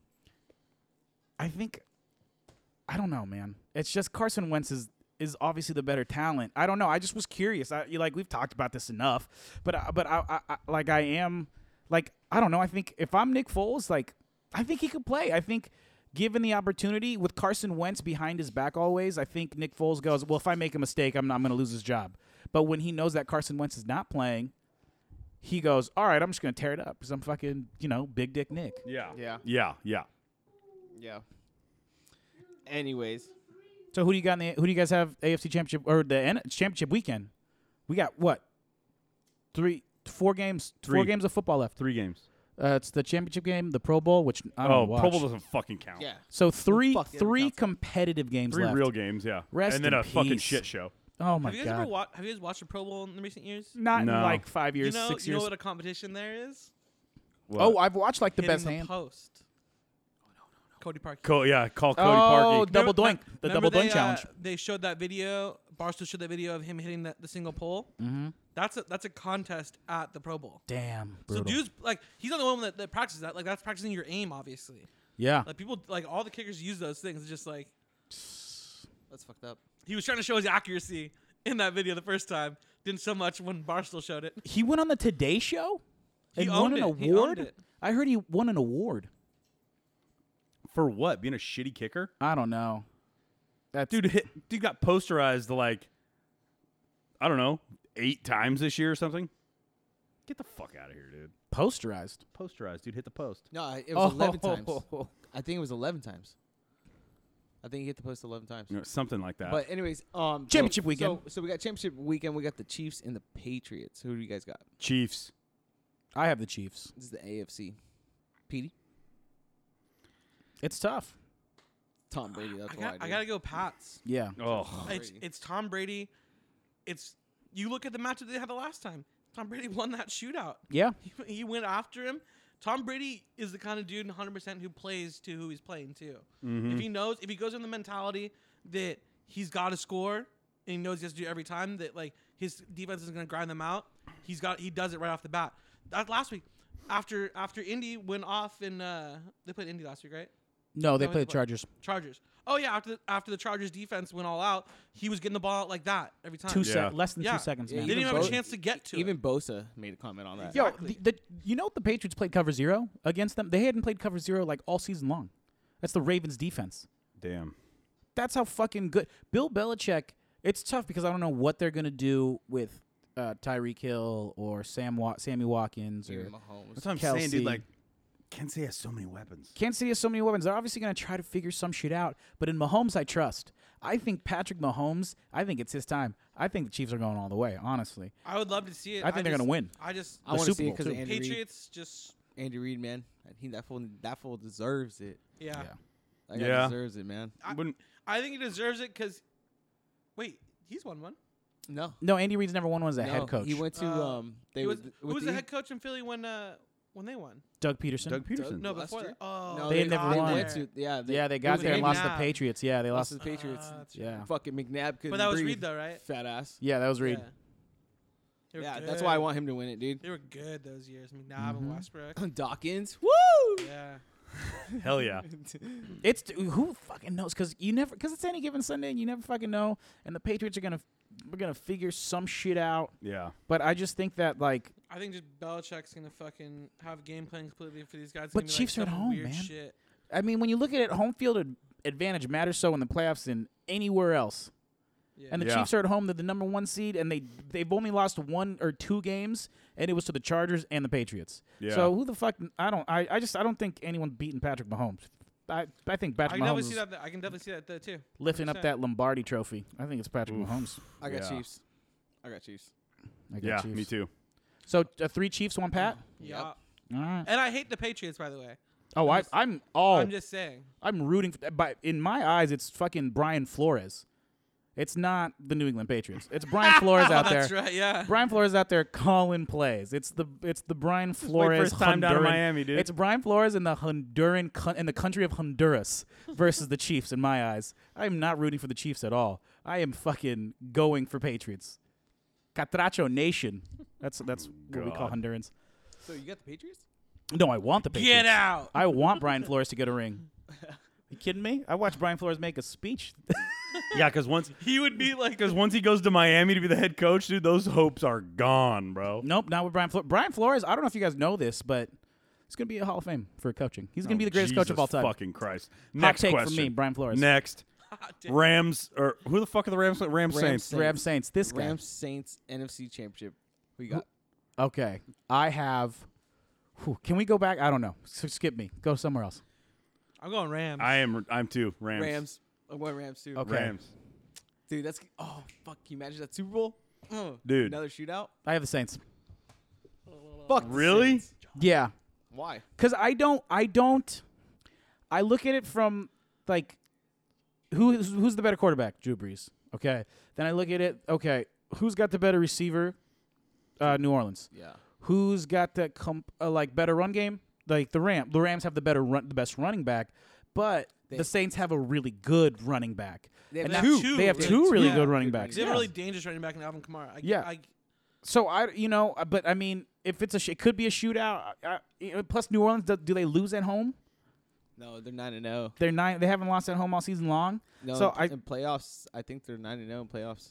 G: I think I don't know, man. It's just Carson Wentz is is obviously the better talent. I don't know. I just was curious. I you like we've talked about this enough, but I, but I, I, I like I am like I don't know. I think if I'm Nick Foles, like I think he could play. I think given the opportunity with Carson Wentz behind his back always, I think Nick Foles goes, "Well, if I make a mistake, I'm not, I'm going to lose his job." But when he knows that Carson Wentz is not playing, he goes, "All right, I'm just going to tear it up because I'm fucking, you know, big dick Nick."
A: Yeah.
E: Yeah.
A: Yeah. Yeah.
E: yeah. Anyways,
G: So who do you got in the who do you guys have AFC championship or the N- championship weekend? We got what? Three four games four
A: Three.
G: games of football left.
A: Three games.
G: Uh, it's the championship game, the Pro Bowl, which I don't
A: Oh,
G: watch.
A: Pro Bowl doesn't fucking count.
E: Yeah.
G: So three
E: fuck, yeah,
G: three
E: that's-
G: competitive games
A: Three
G: left.
A: real games, yeah.
G: Rest
A: and then
G: in
A: a fucking
G: peace.
A: shit show.
G: oh my
C: have you guys ever
G: god!
C: wa- have you guys watched the Pro Bowl in the recent years?
G: Not in
A: No.
G: like five years,
C: you know,
G: six
C: you
G: years.
C: know what a competition there is?
G: oh, I've watched like the
C: Hitting
G: best
C: the
G: hand.
C: post. Cody Parkey.
A: Cool, yeah, call Cody
G: Oh,
A: Parkey.
G: double doink,
C: Remember-
G: the
C: remember
G: double doink
C: they, uh,
G: challenge.
C: they showed that video. Barstool showed that video of him hitting the, the single pole.
G: Mhm.
C: That's a that's a contest at the Pro Bowl.
G: Damn,
C: So
G: brutal.
C: dudes like he's not the one that, that practices that. Like that's practicing your aim, obviously.
G: yeah,
C: Like people like all the kickers use those things. It's just like
E: That's fucked up.
C: he was trying to show his accuracy in that video the first time. Didn't so much when Barstool showed it.
G: he went on the Today Show
C: He
G: and won
C: owned
G: an
C: it. He owned
G: award.
C: it.
G: I heard he won an award.
A: For what? Being a shitty kicker?
G: I don't know. That's
A: Dude, hit, dude got posterized like, I don't know, eight times this year or something. Get the fuck out of here, dude.
G: posterized.
A: Posterized, dude. Hit the post.
E: No, I- it was 11
G: Oh.
E: times. I think it was 11 times. I think he hit the post 11 times.
A: You know, something like that.
E: But anyways, um, so-
G: Championship weekend.
E: So, so we got championship weekend. We got the Chiefs and the Patriots. Who do you guys got?
A: Chiefs.
G: <laughs> I have the Chiefs.
E: This is the AFC. Petey,
G: It's tough.
E: Tom Brady. That's
C: I,
E: what
C: got,
E: I,
C: I gotta go Pats.
G: Yeah.
A: Oh,
C: It's
E: Brady.
C: it's Tom Brady. It's you look at the matchup they had the last time. Tom Brady won that shootout.
G: Yeah.
C: He, <laughs> he went after him. Tom Brady is the kind of dude 100% who plays to who he's playing to. If he knows, if he goes in the mentality that he's got to score and he knows he has to do it every time, that like his defense is going to grind them out, he's got he does it right off the bat. That last week, after after Indy went off and uh, they played Indy last week, right?
G: No, they
C: No,
G: play
C: they
G: the
C: play-
G: Chargers.
C: Chargers. Oh yeah, after the, after the Chargers defense went all out, he was getting the ball out like that every time.
G: Two
A: Yeah.
G: sec- less than
C: Yeah.
G: two seconds.
E: Yeah,
G: man.
C: They didn't
E: Even
C: have a
E: Bo-
C: chance to get to
E: Even
C: it.
E: Bosa made a comment on that.
G: Yo,
C: Exactly.
G: the, the, you know the Patriots played cover zero against them. They hadn't played cover zero like all season long. That's the Ravens defense.
A: damn.
G: That's how fucking good Bill Belichick. It's tough because I don't know what they're gonna do with uh, Tyreek Hill or Sam Wa- Sammy Watkins or
E: Mahomes.
A: That's what I'm saying,
G: Kelsey.
A: dude. Like, Kansas City has so many weapons.
G: Kansas City has so many weapons. They're obviously going to try to figure some shit out. But in Mahomes, I trust. I think Patrick Mahomes. I think it's his time. I think the Chiefs are going all the way. Honestly,
C: I would love to see it.
G: I think they're
C: just-
G: gonna win.
C: I just
E: I want to
G: Super
E: see it
G: Bowl,
E: because
G: too.
E: Andy Reid.
C: Patriots just
E: Andy Reid, man, he that fool that fool deserves it.
C: yeah.
G: Yeah.
E: That guy
A: Yeah.
E: deserves it, man.
C: I-
A: Wouldn't-
C: I think he deserves it because, wait, he's won one.
E: No,
G: no. Andy Reid's never won one as a
E: no,
G: head coach.
E: He went to
C: Uh,
E: um. They
C: He was,
E: with
C: who
E: with
C: was the
E: the
C: head coach in Philly when uh when they won?
G: Doug Peterson.
A: Doug Peterson.
C: No,
E: Last
C: before
E: year?
C: that. Oh,
E: No,
G: They
E: they,
G: had never
E: they
G: won.
E: went to yeah. They,
G: yeah, they
E: it
G: got
E: was
G: there and
E: Andy
G: lost
C: McNabb.
G: the Patriots. Yeah, they
E: lost
G: lost.
E: to the Patriots.
C: Ah, that's right.
G: yeah,
E: Fucking McNabb couldn't
C: But that was
E: breathe.
C: Reed though, right?
E: Fat ass.
G: yeah, that was Reed.
C: Yeah, They were
E: Yeah, that's why I
C: good.
E: want him to win it, dude. <clears throat>
C: They were good those years, McNabb
G: Mm-hmm.
C: and
E: <laughs>
C: Westbrook.
E: Dawkins. Woo!
C: Yeah,
A: Hell <laughs> yeah.
G: It's who fucking knows because you never because it's any given Sunday and you never fucking know. And the Patriots are gonna we're gonna figure some shit out.
A: Yeah.
G: But I just think that like
C: I think just Belichick's gonna fucking have game plan completely for these guys. It's
G: But
C: gonna be, like,
G: Chiefs are at
C: some
G: home,
C: weird
G: man.
C: Shit.
G: I mean when you look at it, home field ad- advantage matters so in the playoffs than anywhere else.
C: Yeah.
G: And the
A: Yeah.
G: Chiefs are at home; they're the number one seed, and they they've only lost one or two games, and it was to the Chargers and the Patriots.
A: Yeah.
G: So who the fuck? I don't. I, I just I don't think anyone's beating Patrick Mahomes. I I think
C: I can
G: Patrick
C: definitely
G: Mahomes
C: see
G: is
C: that. I can definitely see that though too.
G: lifting up
C: 100%.
G: that Lombardi Trophy. I think it's Patrick
A: Oof.
G: Mahomes.
E: I got
A: Yeah.
E: Chiefs. I got Chiefs.
G: I got
A: Yeah,
G: Chiefs.
A: me too.
G: So uh, three Chiefs, one Pat.
C: Mm-hmm. Yeah.
G: All right.
C: And I hate the Patriots, by the way.
G: Oh, I,
C: just-
G: I'm all
C: I'm
G: I'm,
C: just saying. <laughs>
G: rooting for. But in my eyes, it's fucking Brian Flores. It's not the New England Patriots.
A: <laughs>
G: It's Brian Flores out there.
C: That's right. Yeah.
G: Brian Flores out there calling plays. It's the it's the Brian Flores
A: his time down in
G: Honduran-
A: Miami, dude.
G: It's Brian Flores in the Honduran coun- in the country of Honduras versus the Chiefs. In my eyes, I am not rooting for the Chiefs at all. I am fucking going for Patriots. Catracho Nation. That's that's what we call
A: God.
G: Hondurans.
E: So you got the Patriots?
G: No, I want the Patriots.
C: Get out.
G: I want Brian Flores to get a ring. <laughs> You kidding me? I watched Brian Flores make a speech. <laughs>
A: Yeah, because once
C: He would
A: <laughs>
C: be like
A: because once he goes to Miami to be the head coach, dude, those hopes are gone, bro.
G: nope, not with Brian Flores. Brian Flores. I don't know if you guys know this, but he's gonna be a Hall of Fame for coaching. He's gonna be the greatest coach of
A: Oh, Jesus
G: all time.
A: Fucking Christ. Next
G: take from
A: question.
G: me, Brian Flores. <laughs>
A: Next,
C: damn.
A: Rams or who the fuck are the Rams? Rams, Saints.
E: Saints.
G: Rams Saints. This guy.
E: Rams Saints NFC Championship. Who you got?
G: Okay, I have. whew, can we go back? I don't know. So skip me. Go somewhere else.
C: I'm going Rams.
A: I am. I'm too. Rams.
E: Rams. I went Rams too.
G: Okay.
A: Rams.
E: Dude, that's oh fuck. Can you imagine that Super Bowl? Mm.
A: Dude.
E: another shootout.
G: I have the Saints.
E: Fuck. the
A: Really?
E: Saints.
G: Yeah,
E: Why?
G: because I don't, I don't, I look at it from like, who's who's the better quarterback, Drew Brees? Okay, then I look at it. Okay, who's got the better receiver? Uh, New Orleans.
E: Yeah.
G: Who's got the comp, uh, like better run game? Like the Ram, the Rams have the better run, the best running back, but the Saints have a really good running back.
E: They have
G: And
C: They
G: that-
C: have two.
G: They have
C: really
G: two
C: good-
G: really
C: yeah.
G: good running backs.
C: They have a
G: Yeah.
C: really dangerous running back in Alvin Kamara. I,
G: Yeah.
C: I,
G: So I, you know, uh, but I mean, if it's a, sh- it could be a shootout. I, I, plus, New Orleans, do, do they lose at home?
E: No, they're nine and zero.
G: They're nine. They haven't lost at home all season long.
E: No,
G: so
E: in-
G: I.
E: in playoffs, I think they're nine and zero in playoffs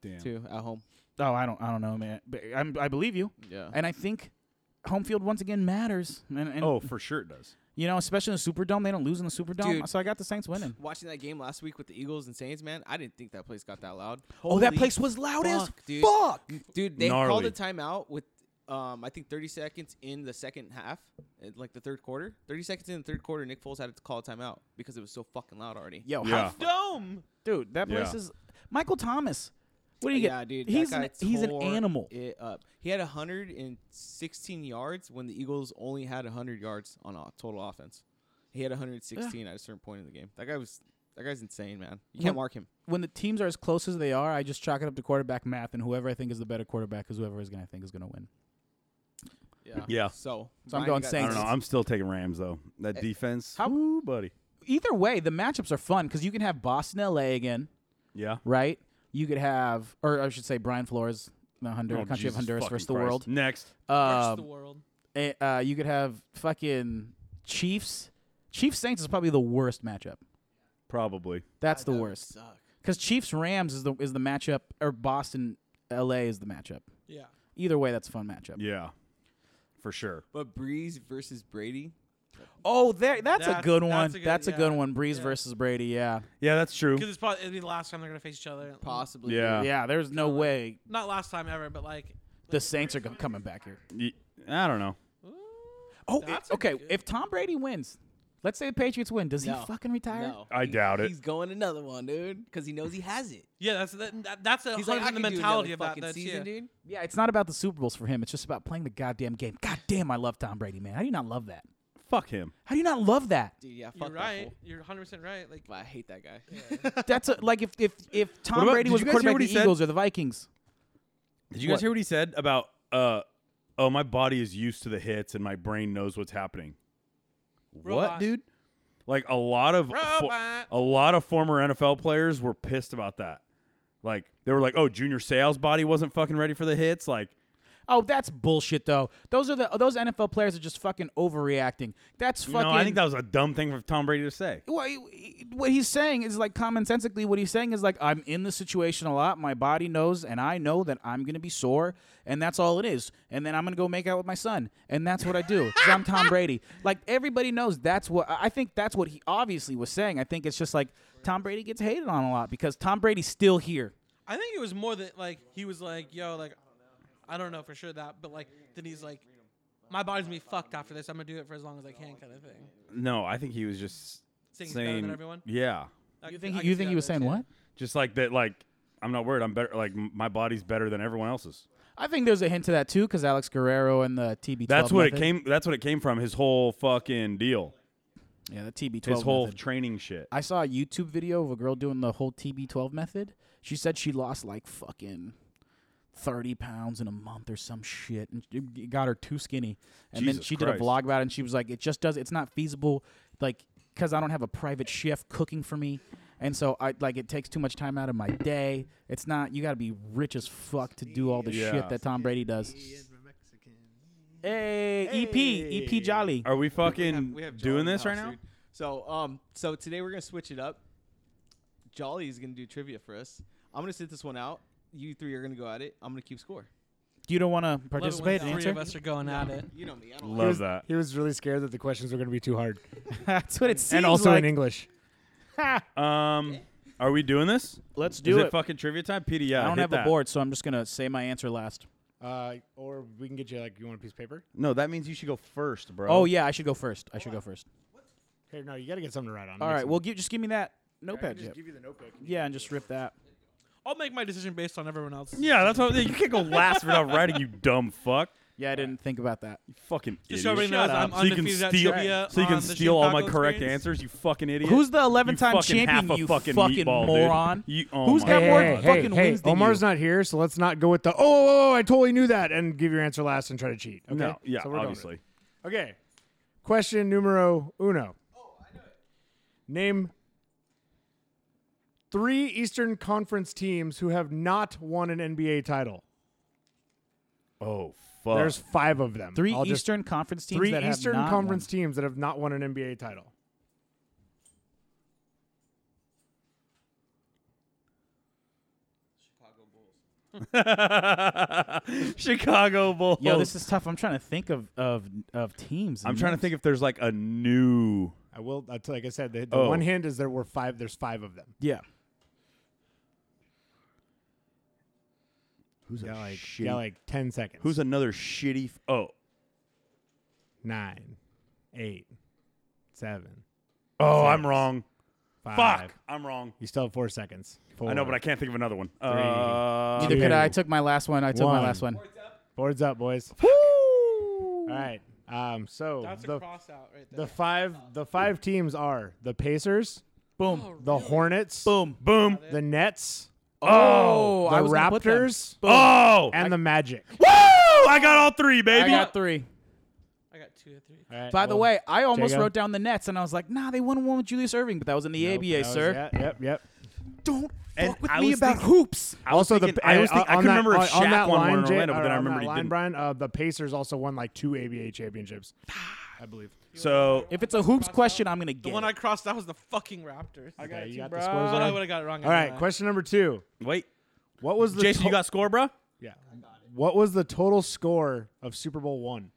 A: Damn.
E: too at home.
G: Oh, I don't. I don't know, man. But I'm, I believe you,
E: Yeah.
G: and I think home field once again matters. And,
A: <laughs>
G: and
A: Oh, for sure it does.
G: you know, especially in the Superdome, they don't lose in the Superdome.
E: Dude.
G: So I got the Saints winning.
E: Watching that game last week with the Eagles and Saints, man, I didn't think that place got that loud.
G: oh, that
E: Holy
G: place was loud as
E: fuck, dude.
G: fuck.
E: Dude, they called
A: Gnarly.
E: a timeout with, um, I think 30 seconds in the second half, uh, like the third quarter. 30 seconds in the third quarter, Nick Foles had to call a timeout because it was so fucking loud already.
G: Yo,
A: Yeah.
G: how,
C: dome.
G: dude, that place
A: Yeah.
G: is. Michael Thomas. What do you
E: Uh, Yeah,
G: get?
E: dude. that
G: he's
E: guy
G: an, he's an
E: tore
G: animal.
E: It up. He had 116 yards when the Eagles only had 100 yards on o- total offense. He had 116 at a certain point in the game. That guy was. That guy's insane, man. You
G: When-
E: can't mark him.
G: when the teams are as close as they are, I just chalk it up to quarterback math, and whoever I think is the better quarterback is whoever is going to think is going to win.
E: Yeah.
A: Yeah.
E: So.
G: So I'm
E: Ryan, you
G: going
E: got-
A: I
G: Saints.
A: don't know. I'm still taking Rams though. That defense.
G: Eh, how-
A: Woo, buddy?
G: Either way, the matchups are fun because you can have Boston, L.A. again,
A: Yeah.
G: right? You could have, or I should say, Brian Flores, the Hondur-
A: Oh,
G: country
A: Jesus
G: of Honduras
A: fucking
G: versus the
A: Christ.
G: world.
A: Next.
C: versus
E: Um,
G: Uh,
C: the world.
G: eh, uh, you could have fucking Chiefs. Chiefs Saints is probably the worst matchup.
A: Probably.
G: That's the
E: That would
G: worst
E: suck.
G: because Chiefs Rams is the is the matchup, or Boston, L.A. is the matchup.
C: Yeah.
G: Either way, that's a fun matchup.
A: Yeah. For sure.
E: But Breeze versus Brady.
G: Oh, there, that's, a
C: That's-
G: good
C: that's
G: one.
C: a good-
G: that's a
C: yeah,
G: good one. Breeze
C: yeah.
G: versus Brady. Yeah,
A: Yeah, that's true.
C: Because it's probably it'll be the last time they're gonna face each other.
E: Possibly.
A: Yeah.
G: yeah. There's no way
C: Not last time ever, but like.
G: the Saints are com- coming back here.
A: Y- I don't know.
G: Oh,
C: That's a
G: i- okay.
C: good-
G: If Tom Brady wins, let's say the Patriots win, does
E: No.
G: he fucking retire?
E: No.
A: I
E: He-
A: doubt it.
E: He's going another one, dude, because he knows he has it.
C: Yeah, that's that, that- that's a
E: He's
C: hundred
E: like, I
C: percent
E: can
C: the mentality
E: do
C: of
E: another
C: that.
E: fucking
C: That's
E: season,
C: yeah.
E: dude.
G: Yeah, it's not about the Super Bowls for him. It's just about playing the goddamn game. God damn, I love Tom Brady, man. How do you not love that?
A: Fuck him.
G: How do you not love that?
E: Dude, yeah, fuck
C: You're
E: that
C: right.
E: fool.
C: You're 100 percent right. Like
E: But I hate that guy.
G: That's a, like if if if Tom
A: What about-
G: Brady
A: did
G: was
A: you
G: the
A: guys hear
G: quarterback
A: what
G: of the
A: he said?
G: Eagles or the Vikings.
A: Did you guys
G: What?
A: hear what he said about uh oh my body is used to the hits and my brain knows what's happening? What,
C: Robot.
A: dude? Like a lot of fo-
C: Robot.
A: a lot of former NFL players were pissed about that. Like they were like, "Oh, Junior Sales' body wasn't fucking ready for the hits." Like,
G: Oh, that's bullshit though. Those are the those NFL players are just fucking overreacting. That's
A: you
G: fucking.
A: know, I think that was a dumb thing for Tom Brady to say.
G: Well, he- he- what he's saying is like commonsensically. What he's saying is like I'm in the situation a lot. My body knows, and I know that I'm gonna be sore, and that's all it is. And then I'm gonna go make out with my son, and that's what I do. 'cause I'm Tom Brady. Like everybody knows that's what I I think. That's what he obviously was saying. I think it's just like Tom Brady gets hated on a lot because Tom Brady's still here.
C: I think it was more than like he was like, yo, like I don't know for sure that, but like then he's like, my body's gonna be fucked after this. I'm gonna do it for as long as I can, kind of thing.
A: No, I think he was just
C: Saying he's better
A: saying
C: than everyone?
A: Yeah,
C: I
G: You
C: can-
G: think
C: I can
G: he, you
C: see
G: think
C: that
G: he was
C: being
G: saying
C: said.
G: what?
A: just like that. Like I'm not worried. I'm better. Like m- my body's better than everyone else's.
G: I think there's a hint to that too because Alex Guerrero and the TB.
A: That's what it came. That's what it came from. His whole fucking deal.
G: Yeah, the TB12.
A: His whole
G: method.
A: training shit.
G: I saw a YouTube video of a girl doing the whole TB12 method. She said she lost like fucking 30 pounds in a month or some shit and it got her too skinny. And then
A: Jesus
G: she did
A: Christ.
G: a vlog about it and she was like, it just does, it's not feasible. Like, because I don't have a private chef cooking for me. And so I like it takes too much time out of my day. It's not you got to be rich as fuck to do all the
A: Yeah.
G: shit that Tom Brady does. Hey, E EP, EP Jolly.
A: Are we fucking
E: We have- we have Jolly
A: doing
E: in the
A: this right
E: house,
A: now?
E: dude. So, um, so today we're gonna switch it up. Jolly is gonna do trivia for us. I'm gonna sit this one out. You three are gonna go at it. I'm gonna keep score.
G: You don't want to
C: Love it when
G: participate and
C: Three of
G: answer?
C: us are going at it.
E: You know me. I don't.
A: Love
E: Like
H: was,
A: that.
H: He was really scared that the questions were going to be too hard,
G: <laughs> That's what it seems
H: and also
G: like.
H: in English.
A: Um, are we doing this?
G: Let's
A: Is
G: do
A: it.
G: it.
A: fucking trivia time? PD, yeah.
G: I don't
A: hit
G: have
A: that.
G: a board, so I'm just gonna say my answer last.
H: Uh, or we can get you like you want a piece of paper?
A: No, that means you should go first, bro.
G: Oh yeah, I should go first. I should go first.
H: Here, no, you got to get something to write on.
G: All
H: Make
G: right,
H: some- <laughs>
G: well, give, just give me that
H: I can
G: notepad.
H: just
G: Jip.
H: give you the notebook.
G: yeah, and just rip that.
C: I'll make my decision based on everyone else.
A: Yeah, that's what you can't go last without writing, you dumb fuck.
G: Yeah, I didn't think about that.
A: You fucking
C: Just
A: idiot.
C: so everybody knows, I'm
A: so you can
C: undefeated at
A: steal,
C: trivia
A: so you
C: on
A: can
C: the
A: steal all my
C: Shinpaku
A: correct
C: experience.
A: answers. You fucking idiot.
G: Who's the 11
A: You
G: time
A: fucking half
G: champion?
A: a
G: You
A: fucking
G: fucking,
A: meatball, dude.
G: moron.
A: You- oh
G: Who's
A: my
G: got
A: God.
G: more
A: Hey, hey,
G: fucking wins than
H: Omar's
G: you?
H: not here, so let's not go with the oh, oh, oh, I totally knew that and give your answer last and try to cheat. Okay?
A: No, yeah,
H: So we're going with
A: obviously.
H: it. Okay. Question numero uno. Oh, I know it. Name three Eastern Conference teams who have not won an NBA title.
A: Oh fuck.
H: There's five of them.
G: Three
H: I'll just-
G: Eastern Conference teams
H: three
G: that have
H: Eastern
G: not
H: Conference
G: won.
H: teams that have not won an NBA title.
A: Chicago Bulls.
G: Yo, this is tough. I'm trying to think of of of teams.
A: I'm trying to think if there's like a new.
H: I will. That's like I said. The, the
A: Oh.
H: one hint is there were five. There's five of them.
G: Yeah.
A: Who's a
H: Got like,
A: shitty?
H: got like ten seconds.
A: who's another shitty? F- oh,
H: nine, eight, seven,
A: oh,
H: Six.
A: I'm wrong.
H: five.
A: Fuck, I'm wrong.
H: You still have four seconds. Four.
A: I know, but I can't think of another one. Uh,
G: Neither could I. I
H: two,
G: took my last one. I took
H: one.
G: my last one.
H: Boards
A: <laughs>
H: up, boys. All right. Um. So
C: That's
H: the
C: a cross out right there.
H: the five the five teams are the Pacers,
G: Boom.
H: the Hornets,
G: Boom.
A: boom.
H: the Nets,
G: Oh,
H: the
G: I was gonna put them.
H: Raptors,
A: Oh,
H: and the Magic.
A: woo! I got all three,
G: I
A: baby.
G: got three.
C: I got two or three.
H: All right,
G: By the
H: well,
G: way, I almost
H: Jago?
G: wrote down the Nets, and I was like, "Nah, they won one with Julius Irving, but that was in the
H: nope,
G: ABA,
H: that was-
G: sir."
H: yeah, yep, yep.
G: Don't
A: And
G: fuck with
A: I
G: me
A: was
G: about
A: thinking-
G: hoops.
A: I was
H: also,
A: thinking-
H: the
A: I was think- I
H: on
A: couldn't
H: that-
A: remember if
H: on- on
A: Shaq
H: that
A: won one
H: line,
A: in
H: Jay-
A: Orlando, but
H: or
A: then I
H: on
A: remembered
H: that
A: he
H: line,
A: didn't.
H: Brian, uh, the Pacers also won like two
A: <sighs>
H: ABA championships, I believe.
A: So
G: If it's a hoops question, I'm gonna
C: The
G: get.
C: one
G: it.
C: I crossed out was the fucking Raptors. I
H: Okay, you got the
C: but
H: scores
C: I
H: right?
C: would have got it wrong.
H: All right,
C: anyway.
H: question number two.
A: wait,
H: What was the
A: Jason,
H: to-
A: you got score, bro?
H: yeah? What was the total score of Super Bowl one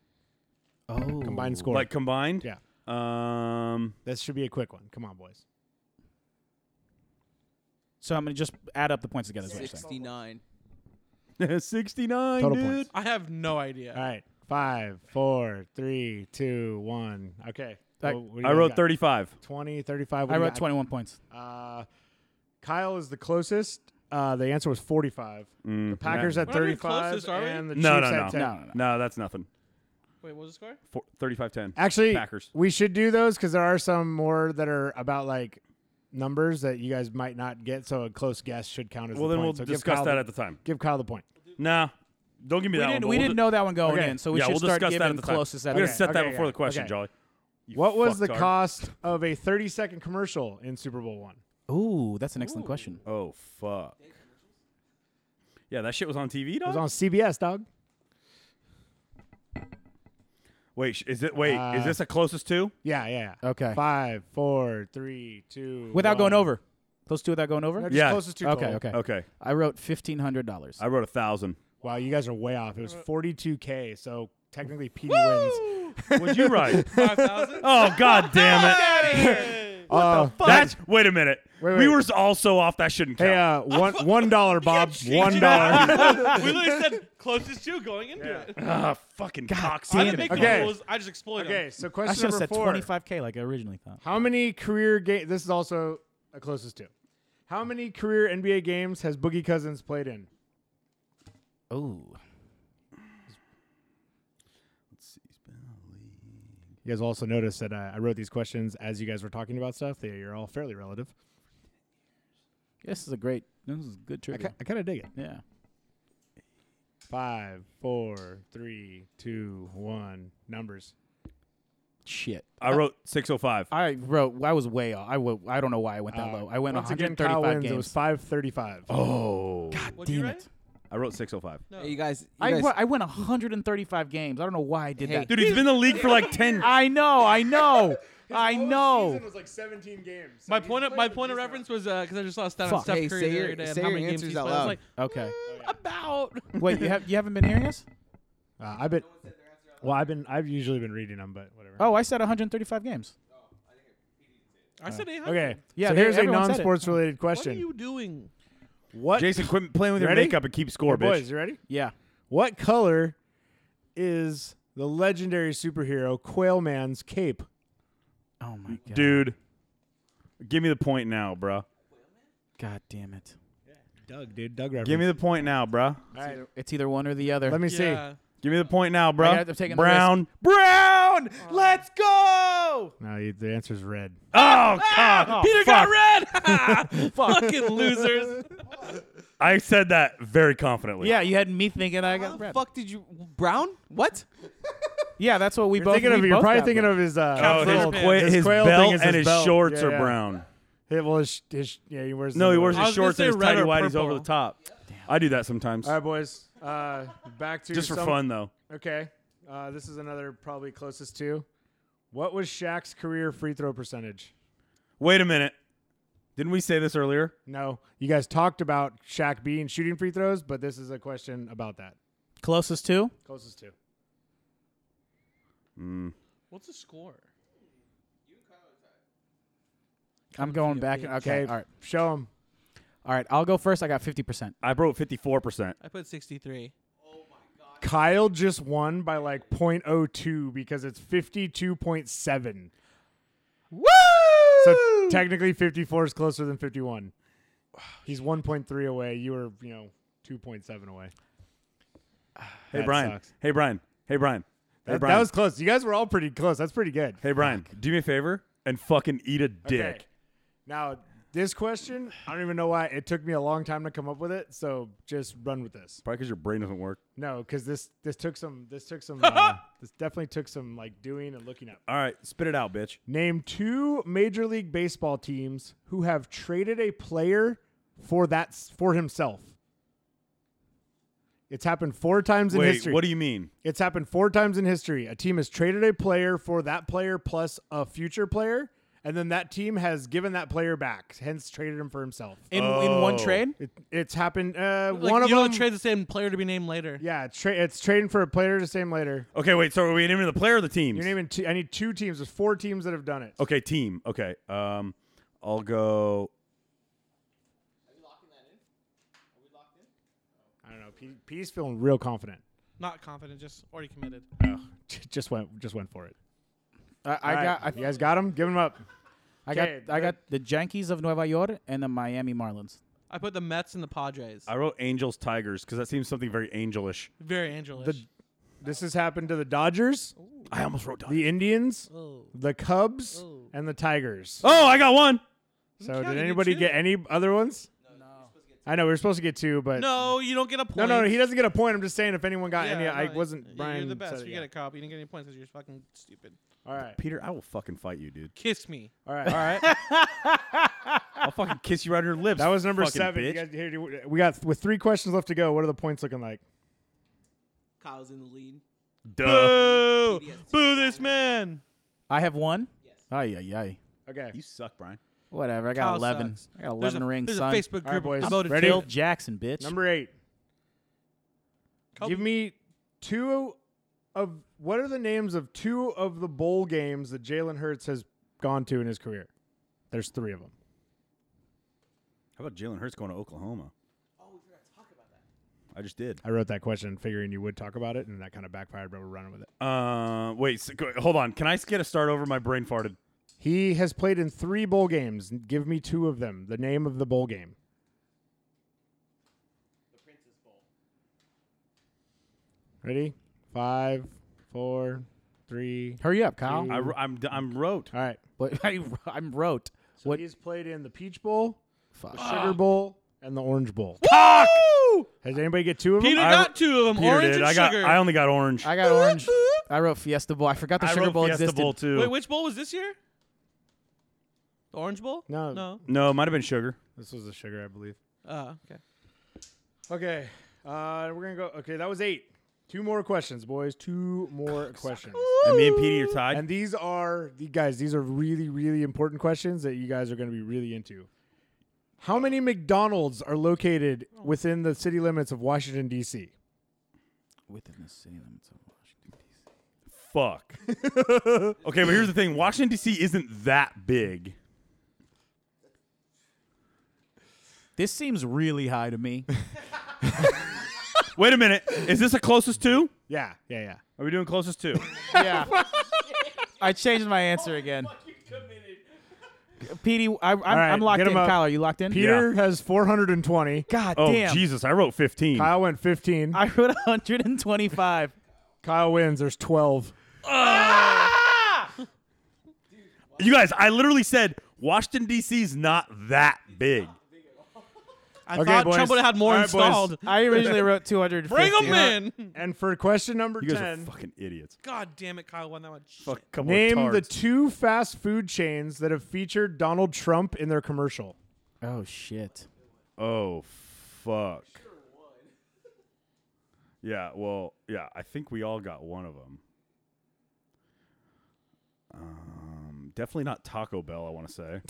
G: oh,
H: combined score?
A: Like combined?
H: yeah,
A: Um, <laughs>
H: this should be a quick one. Come on, boys.
G: so I'm gonna just add up the points together. is what you're saying.
E: 69.
A: 69,
H: Total
A: dude.
H: points.
C: I have no idea.
H: All right, five, four, three, two, one. Okay,
G: I-
H: What- what do you
A: I
H: guys
A: wrote
H: got?
A: 35.
H: 20, 35.
G: I
H: what do you
G: wrote
H: got?
G: 21 points.
H: Uh, Kyle is the closest. Uh, the answer was 45. the Packers at
C: We're not even
H: 35
C: closest, are we?
H: and the
A: Mm, No,
H: Chiefs
A: no,
H: at 10.
G: No, no, no.
A: No, that's nothing.
C: Wait, what was the score?
A: Four, 35 10.
H: Actually,
A: Packers.
H: we should do those because there are some more that are about like numbers that you guys might not get. So a close guess should count as
A: Well,
H: the
A: then we'll
H: point. So give
A: discuss
H: Kyle
A: that
H: the,
A: at the time.
H: give Kyle the point.
A: Nah, don't give me
G: We
A: that
G: didn't,
A: one.
G: we
A: but we'll
G: didn't
A: di-
G: know that one going
H: Okay.
G: in, so we
A: yeah,
G: should
A: we'll
G: start
A: discuss that
G: giving
A: at the time.
G: closest
A: We're
G: at
A: going
G: the
A: to
G: end.
A: set that
H: Okay,
A: before the
H: okay,
A: question,
H: okay.
A: Jolly. You
H: What was the
A: fucktard.
H: cost of a 30 second commercial in Super Bowl one?
G: Ooh, that's an excellent question.
A: Oh, fuck. Yeah, that shit was on TV,
H: It
A: dog?
H: was on CBS, dog.
A: wait, sh- is it? Wait,
H: Uh,
A: is this the closest to?
H: Yeah, yeah. yeah.
G: Okay.
H: Five, four, three, two.
G: Without
H: one.
G: going over, those two without going
H: No,
G: over.
H: just
A: Yeah.
H: closest to
G: Okay,
H: total.
G: okay.
A: Okay,
G: I wrote fifteen hundred dollars.
A: I wrote a thousand.
H: Wow, you guys are way off. It
G: Uh,
H: was 42K, so technically PD wins.
A: What'd you write?
C: Five thousand.
A: <laughs> Oh, god damn it.
H: What the fuck?
A: That's wait a minute.
H: Wait,
A: We
H: wait.
A: were also off. That shouldn't count.
H: hey, uh,
G: <laughs>
H: <laughs> one one dollar, Bob. One
C: it
H: dollar.
C: <laughs> <laughs> we literally said closest to going into it.
A: Ah, fucking
C: I
A: cocksucker.
C: didn't make
H: Okay.
C: the rules. I just exploited
H: <laughs> Okay, so
G: I
H: question
G: should have
H: number
G: said
H: four.
G: twenty five k like I originally thought.
H: How many career game? This is also a closest to. How many career NBA games has Boogie Cousins played in?
G: Ooh,
H: You guys will also notice that uh, I wrote these questions as you guys were talking about stuff. They are all fairly relative.
G: this is a great. This is a good
H: I,
G: trivia.
H: kind of dig it.
G: Yeah.
H: Five, four, three, two, one. Numbers.
G: Shit.
A: I wrote 605.
G: I wrote. I was way off. I w- I don't know why I went that
H: Uh,
G: low. I went
H: Once again,
G: 135
H: Kyle wins.
G: games.
H: It was five thirty-five.
A: Oh.
C: it. What'd you
G: Damn
C: write?
G: it.
A: I wrote 605.
C: No.
E: Hey, you guys. You
G: I,
E: guys
G: wa- I went 135 games. I don't know why I did
E: Hey.
G: that.
A: Dude, he's been in the league for like 10.
G: I know. I know. I know.
H: was like 17 games.
C: My point of my point of reference was because I just saw a stat on
G: Fuck.
C: Steph
E: Hey,
C: Curry
E: say
C: the
E: your-
C: other day and
E: say
C: how
E: your
C: many games
E: answers
C: he's
E: out
C: played. I was
E: loud.
C: like,
G: Okay.
C: "Mm, about.
G: Wait, you have you haven't been hearing us?
H: Uh, I've been. Well, I've been. I've usually been reading them, but whatever.
G: Oh, I said 135 games.
C: I said 800.
H: Okay.
G: Yeah,
H: So
G: they-
H: here's a
G: everyone said it.
H: non-sports related
C: What are
H: question.
C: you doing?
H: What?
A: <laughs> Jason, quit playing with your
H: Ready?
A: makeup and keep
H: Hey,
A: score, bitch.
H: boys, you ready?
G: Yeah.
H: What color is the legendary superhero Quailman's cape?
G: Oh my god.
A: Dude, give me the point now, bruh.
G: God damn it.
H: Doug, dude. Doug. Reference.
A: Give me the point now, bruh.
H: All right,
G: It's either one or the other.
H: let me see.
C: Yeah.
A: Give me the point now, bro.
G: got- I'm taking the
A: Brown. Brown.
G: Let's go.
H: No, you- the answer's red.
A: Oh God.
C: Peter
A: fuck.
C: got red. Fucking losers.
A: I said that very confidently.
G: Yeah, you had me thinking I got
E: the
G: red.
E: fuck did you Brown? What?
G: Yeah, that's what we both.
H: thinking of,
G: we
H: you're
G: both
H: probably
G: got
H: thinking
G: red.
H: of his. Uh,
A: Oh,
C: Capsule
A: his,
C: pants.
A: qua-
H: His
A: his
H: quail
A: belt
H: thing is
A: and
H: his
A: his
H: belt.
A: shorts
H: Yeah,
A: are
H: yeah.
A: brown.
H: his- well, his, his, yeah, he wears.
A: No, he wears
C: I
A: his
C: was gonna
A: shorts
C: say
A: and his
C: red
A: tidy
C: or
A: whities over
C: purple.
A: the top. I do that sometimes,
H: All right, boys. Uh, back to
A: just for
H: some-
A: fun though.
H: Okay, uh, this is another probably closest to. What was Shaq's career free throw percentage?
A: Wait a minute. Didn't we say this earlier?
H: No, you guys talked about Shaq being shooting free throws, but this is a question about that.
G: closest to.
H: Closest to.
C: What's the score?
G: I'm going back. Okay,
H: Okay,
G: all right,
H: show him.
G: all right. I'll go first. I got fifty percent.
A: I wrote fifty-four percent.
C: I put 63.
H: Kyle just won by like 0.02 because it's 52.7.
G: Woo!
H: So technically 54 is closer than 51. He's 1.3 away. You were, you know, 2.7 away.
A: Hey
H: That
A: Brian.
H: sucks.
A: Hey Brian. Hey Brian. Hey
H: That,
A: Brian.
H: that was close. You guys were all pretty close. That's pretty good.
A: Hey Brian. Do me a favor and fucking eat a dick.
H: Okay. Now, this question, I don't even know why it took me a long time to come up with it, so just run with this.
A: Probably because your brain doesn't work.
H: No, cuz this this took some this
A: <laughs>
H: took some uh, this definitely took some like doing and looking up.
A: All right, spit it out, bitch.
H: Name two Major League Baseball teams who have traded a player for that for himself. It's happened four times in
A: Wait,
H: history.
A: what do you mean?
H: it's happened four times in history. A team has traded a player for that player plus a future player, and then that team has given that player back, hence traded him for himself.
G: In, in one
A: Oh.
G: trade.
H: It, it's happened. Uh,
C: Like,
H: one of
C: you
H: them.
C: don't trade the same player to be named later.
H: yeah, tra- it's trading for a player to same later.
A: Okay, wait. So are we naming the player or the teams?
H: You're naming. Two, I need two teams. There's four teams that have done it.
A: okay, team. Okay. Um, I'll go.
H: I don't know. P- P's feeling real confident.
C: Not confident, just already committed.
H: Oh, <laughs> just went just went for it.
G: I, I got. I,
H: you guys got him. Give him up.
G: I got.
H: Okay,
G: I got the Yankees of Nueva York and the Miami Marlins.
C: I put the Mets and the Padres.
A: I wrote Angels Tigers because that seems something very angelish.
C: Very angelish.
H: The- This has happened to the Dodgers,
A: I almost wrote. Dodgers.
H: the Indians,
C: oh.
H: the Cubs,
C: Ooh.
H: and the Tigers.
A: Oh, I got one.
H: so
C: County
H: did
C: did
H: anybody
C: two.
H: get any other ones? I know we were supposed to get two, but
C: No, you don't get a point.
H: no, no, no, he doesn't get a point. I'm just saying if anyone got
C: Yeah,
H: any, I
C: no,
H: wasn't.
C: you're
H: Brian
C: the best.
H: said it,
C: You
H: yeah.
C: get a cop. You didn't get any points because you're fucking stupid.
A: <laughs>
H: All right,
A: Peter, I will fucking fight you, dude.
C: Kiss
H: <laughs>
C: me.
H: all right, all right.
A: I'll fucking kiss you right on your lips.
H: That was number
A: fucking
H: seven. You
A: bitch.
H: guys- here, you- we got with three questions left to go. What are the points looking like?
E: Kyle's in the lead.
A: Duh.
E: He has two.
C: Boo this man.
G: I have one. Yes. Ay ay ay.
H: Okay,
A: You suck, Brian.
G: Whatever. I got
C: Kyle
G: eleven.
C: sucks.
G: I got
C: There's
G: eleven
C: a,
G: rings.
C: There's
G: son.
C: a Facebook
H: All
C: group.
H: right, boys.
C: devoted
H: Ready?
C: to
G: Phil Jackson, bitch.
H: number eight.
C: Kobe.
H: Give me two of what are the names of two of the bowl games that Jalen Hurts has gone to in his career? There's three of them.
A: How about Jalen Hurts going to Oklahoma? Oh, we forgot to talk about that. I just did.
H: I wrote that question figuring you would talk about it, and that kind of backfired, but we're running with it.
A: Uh, wait, so, go- hold on. Can I get a start over? My brain farted.
H: He has played in three bowl games. Give me two of them. The name of the bowl game. The Prince's Bowl. Ready? Five, four, three.
G: Hurry up, Kyle.
A: I, am I'm wrote.
H: All right.
G: What- <laughs> I, am wrote.
H: So
G: What-
H: he's played in the Peach Bowl,
G: Fuck.
H: the Sugar Bowl, and the Orange Bowl. Has anybody get two of them?
C: Peter
A: I-
C: got two of them.
A: Peter
C: orange
A: did.
C: and
A: I got.
C: sugar.
A: I only got orange.
G: I got orange. I wrote Fiesta Bowl. I forgot the
A: I
G: Sugar
A: wrote
G: Bowl
A: Fiesta
G: existed.
A: Bowl too.
C: Wait, which bowl was this year? The Orange Bowl?
H: No.
C: No.
A: No, it might have been sugar.
H: This was the Sugar, I believe.
C: Oh, okay.
H: Okay. Uh, we're going to go. Okay, that was eight. Two more questions, boys. Two more questions.
A: And me and Petey are tied.
H: And these are the guys. These are really, really important questions that you guys are going to be really into. How many McDonald's are located
G: Oh.
H: within the city limits of Washington D.C.?
G: Within the city limits of Washington, D.C.
A: Fuck. okay, but here's the thing. Washington D.C. isn't that big.
G: This seems really high to me.
A: Wait a minute. Is this the closest to?
H: Yeah, yeah,
A: Are we doing closest to?
G: <laughs> yeah. I changed my answer again. <laughs> Petey, I, I'm,
H: right,
G: I'm locked
H: get
G: in.
H: him up.
G: Kyle, are you locked in?
H: yeah. Peter has 420.
G: God
A: Oh
G: damn.
A: Jesus! I wrote 15.
H: Kyle went 15.
G: I wrote 125.
H: Kyle wins. There's 12.
A: You guys, I literally said Washington D.C.'s not that big.
C: I
H: Okay,
C: thought
H: boys.
C: Trumbull had more
H: All right, boys.
C: installed.
G: I originally wrote 250.
C: Bring him in.
H: And for question number
A: You guys
H: 10,
A: are fucking idiots.
C: God damn it, Kyle won that one.
A: Fuck, couple
H: name
A: of
H: the
A: tards.
H: two fast food chains that have featured Donald Trump in their commercial.
G: Oh shit.
A: Oh fuck. Yeah, well, yeah, I think we all got one of them. Um, definitely not Taco Bell, I want to say.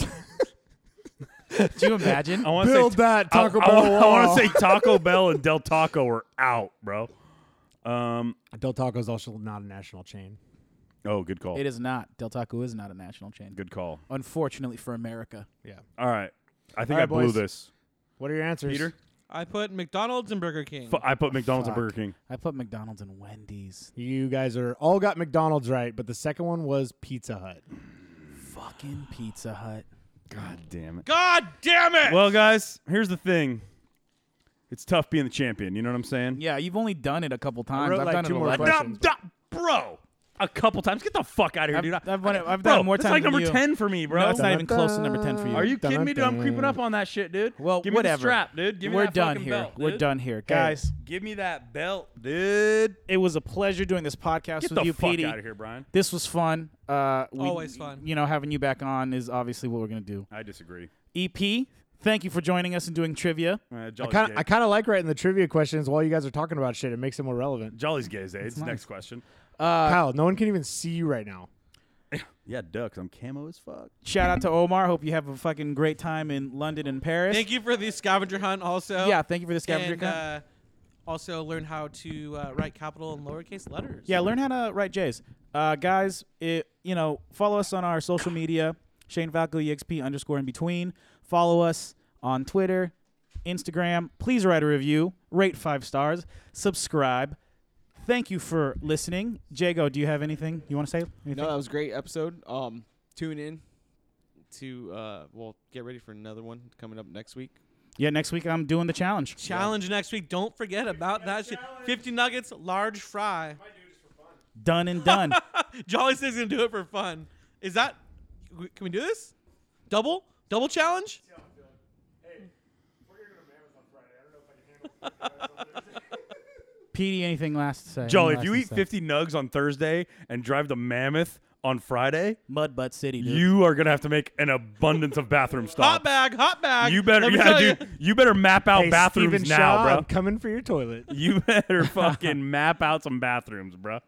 G: Do you
A: <laughs>
G: imagine?
A: I want to
H: Build
A: say
H: that Taco
A: I,
H: Bell wall.
A: want to say
H: <laughs>
A: Taco Bell and Del Taco are out, bro. Um,
H: Del Taco is also not a national chain.
A: oh, good call.
G: It is not. Del Taco is not a national chain.
A: Good call.
G: Unfortunately for America.
H: Yeah.
A: All right. I think
H: All right,
A: I blew
H: boys.
A: this.
H: What are your answers?
A: Peter?
C: I put McDonald's and Burger King.
A: Fu- I put McDonald's
G: Fuck.
A: and Burger King.
G: I put McDonald's and Wendy's.
H: You guys are all got McDonald's right, but the second one was Pizza Hut.
G: Fucking Pizza Hut.
A: God damn it.
C: God damn it!
A: Well, guys, here's the thing. It's tough being the champion. You know what I'm saying?
G: Yeah, you've only done it a couple times.
H: wrote,
G: I've
H: like,
G: done
H: two
G: it
H: more
G: 11.
A: No,
H: questions,
A: no, bro. A couple times. Get the fuck out of here,
G: I've-
A: dude. I-
G: I've won it- I've
A: bro,
G: done it more
A: that's
G: times
A: like
G: than
A: number
G: you.
A: ten for me, bro.
G: No, it's not even close to number 10 for you.
A: Are you
H: Dun,
A: kidding me, dude? I'm
H: dun.
A: creeping up on that shit, dude.
G: Well,
A: give
G: whatever.
A: me the strap, dude. Give me
G: We're
A: that
G: done
A: fucking
G: here.
A: belt,
G: We're
A: dude.
G: done here, guys.
A: Give me that belt, dude.
G: It was a pleasure doing this podcast
A: Get
G: with
A: the
G: you,
A: fuck
G: Petey.
A: out of here, Brian.
G: This was fun. Uh, we,
C: Always fun.
G: You know, having you back on is obviously what we're gonna do.
A: I disagree.
G: EP, thank you for joining us and doing trivia.
A: Uh,
H: I
A: Jolly's,
H: kind of
A: gay.
H: I kind of like writing the trivia questions while you guys are talking about shit. It makes it more relevant.
A: Jolly's gay, Zay. It's next question. Uh,
H: Kyle, no one can even see you right now.
A: Yeah, ducks. I'm camo as fuck.
G: Shout out to Omar. Hope you have a fucking great time in London and Paris.
C: Thank you for the scavenger hunt, also.
G: Yeah, thank you for the scavenger
C: and,
G: hunt.
C: uh, also learn how to uh, write capital and lowercase letters.
G: Yeah, learn how to write J's. Uh, guys, it, you know, follow us on our social media, Shane Falco EXP underscore in between. Follow us on Twitter, Instagram. Please write a review, rate five stars, subscribe. Thank you for listening. Jago, do you have anything you want to say? Anything?
E: No, that was a great episode. Um, tune in to uh, well, get ready for another one coming up next week.
G: Yeah, next week I'm doing the challenge.
C: Challenge next week. Don't forget about that shit. 50 nuggets, large fry.
G: Done and done.
C: Jolly says he's gonna do it for fun. Is that? w- Can we do this? Double? Double challenge?
G: PD, anything last to say?
A: Jolly,
G: Anything
A: if you
G: last
A: eat
G: to say?
A: 50 nugs on Thursday and drive the Mammoth on Friday,
G: Mud Butt City, dude.
A: you are gonna have to make an abundance of bathroom stops.
C: Hot bag, hot bag.
A: You better, <laughs>
C: Let me
A: yeah,
C: tell you.
A: dude. You. better map out
H: Hey,
A: bathrooms
H: Stephen
A: now,
H: Shaw,
A: bro.
H: I'm coming for your toilet.
A: <laughs> You
H: <laughs>
A: better fucking map out some bathrooms, bro.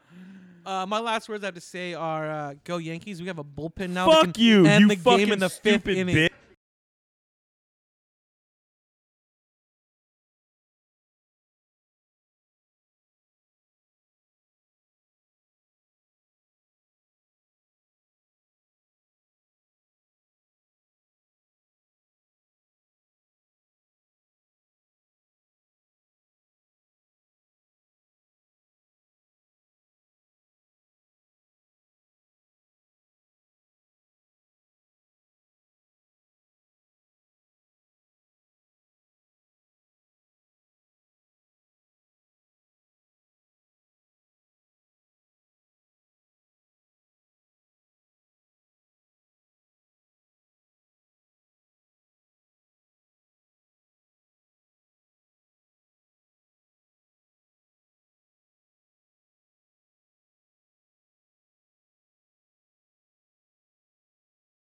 C: Uh, my last words I have to say are uh, go Yankees. We have a bullpen now. that
A: Fuck
C: can
A: you,
C: End
A: you
C: the
A: fucking
C: game in the fifth
A: stupid
C: inning.
A: bitch.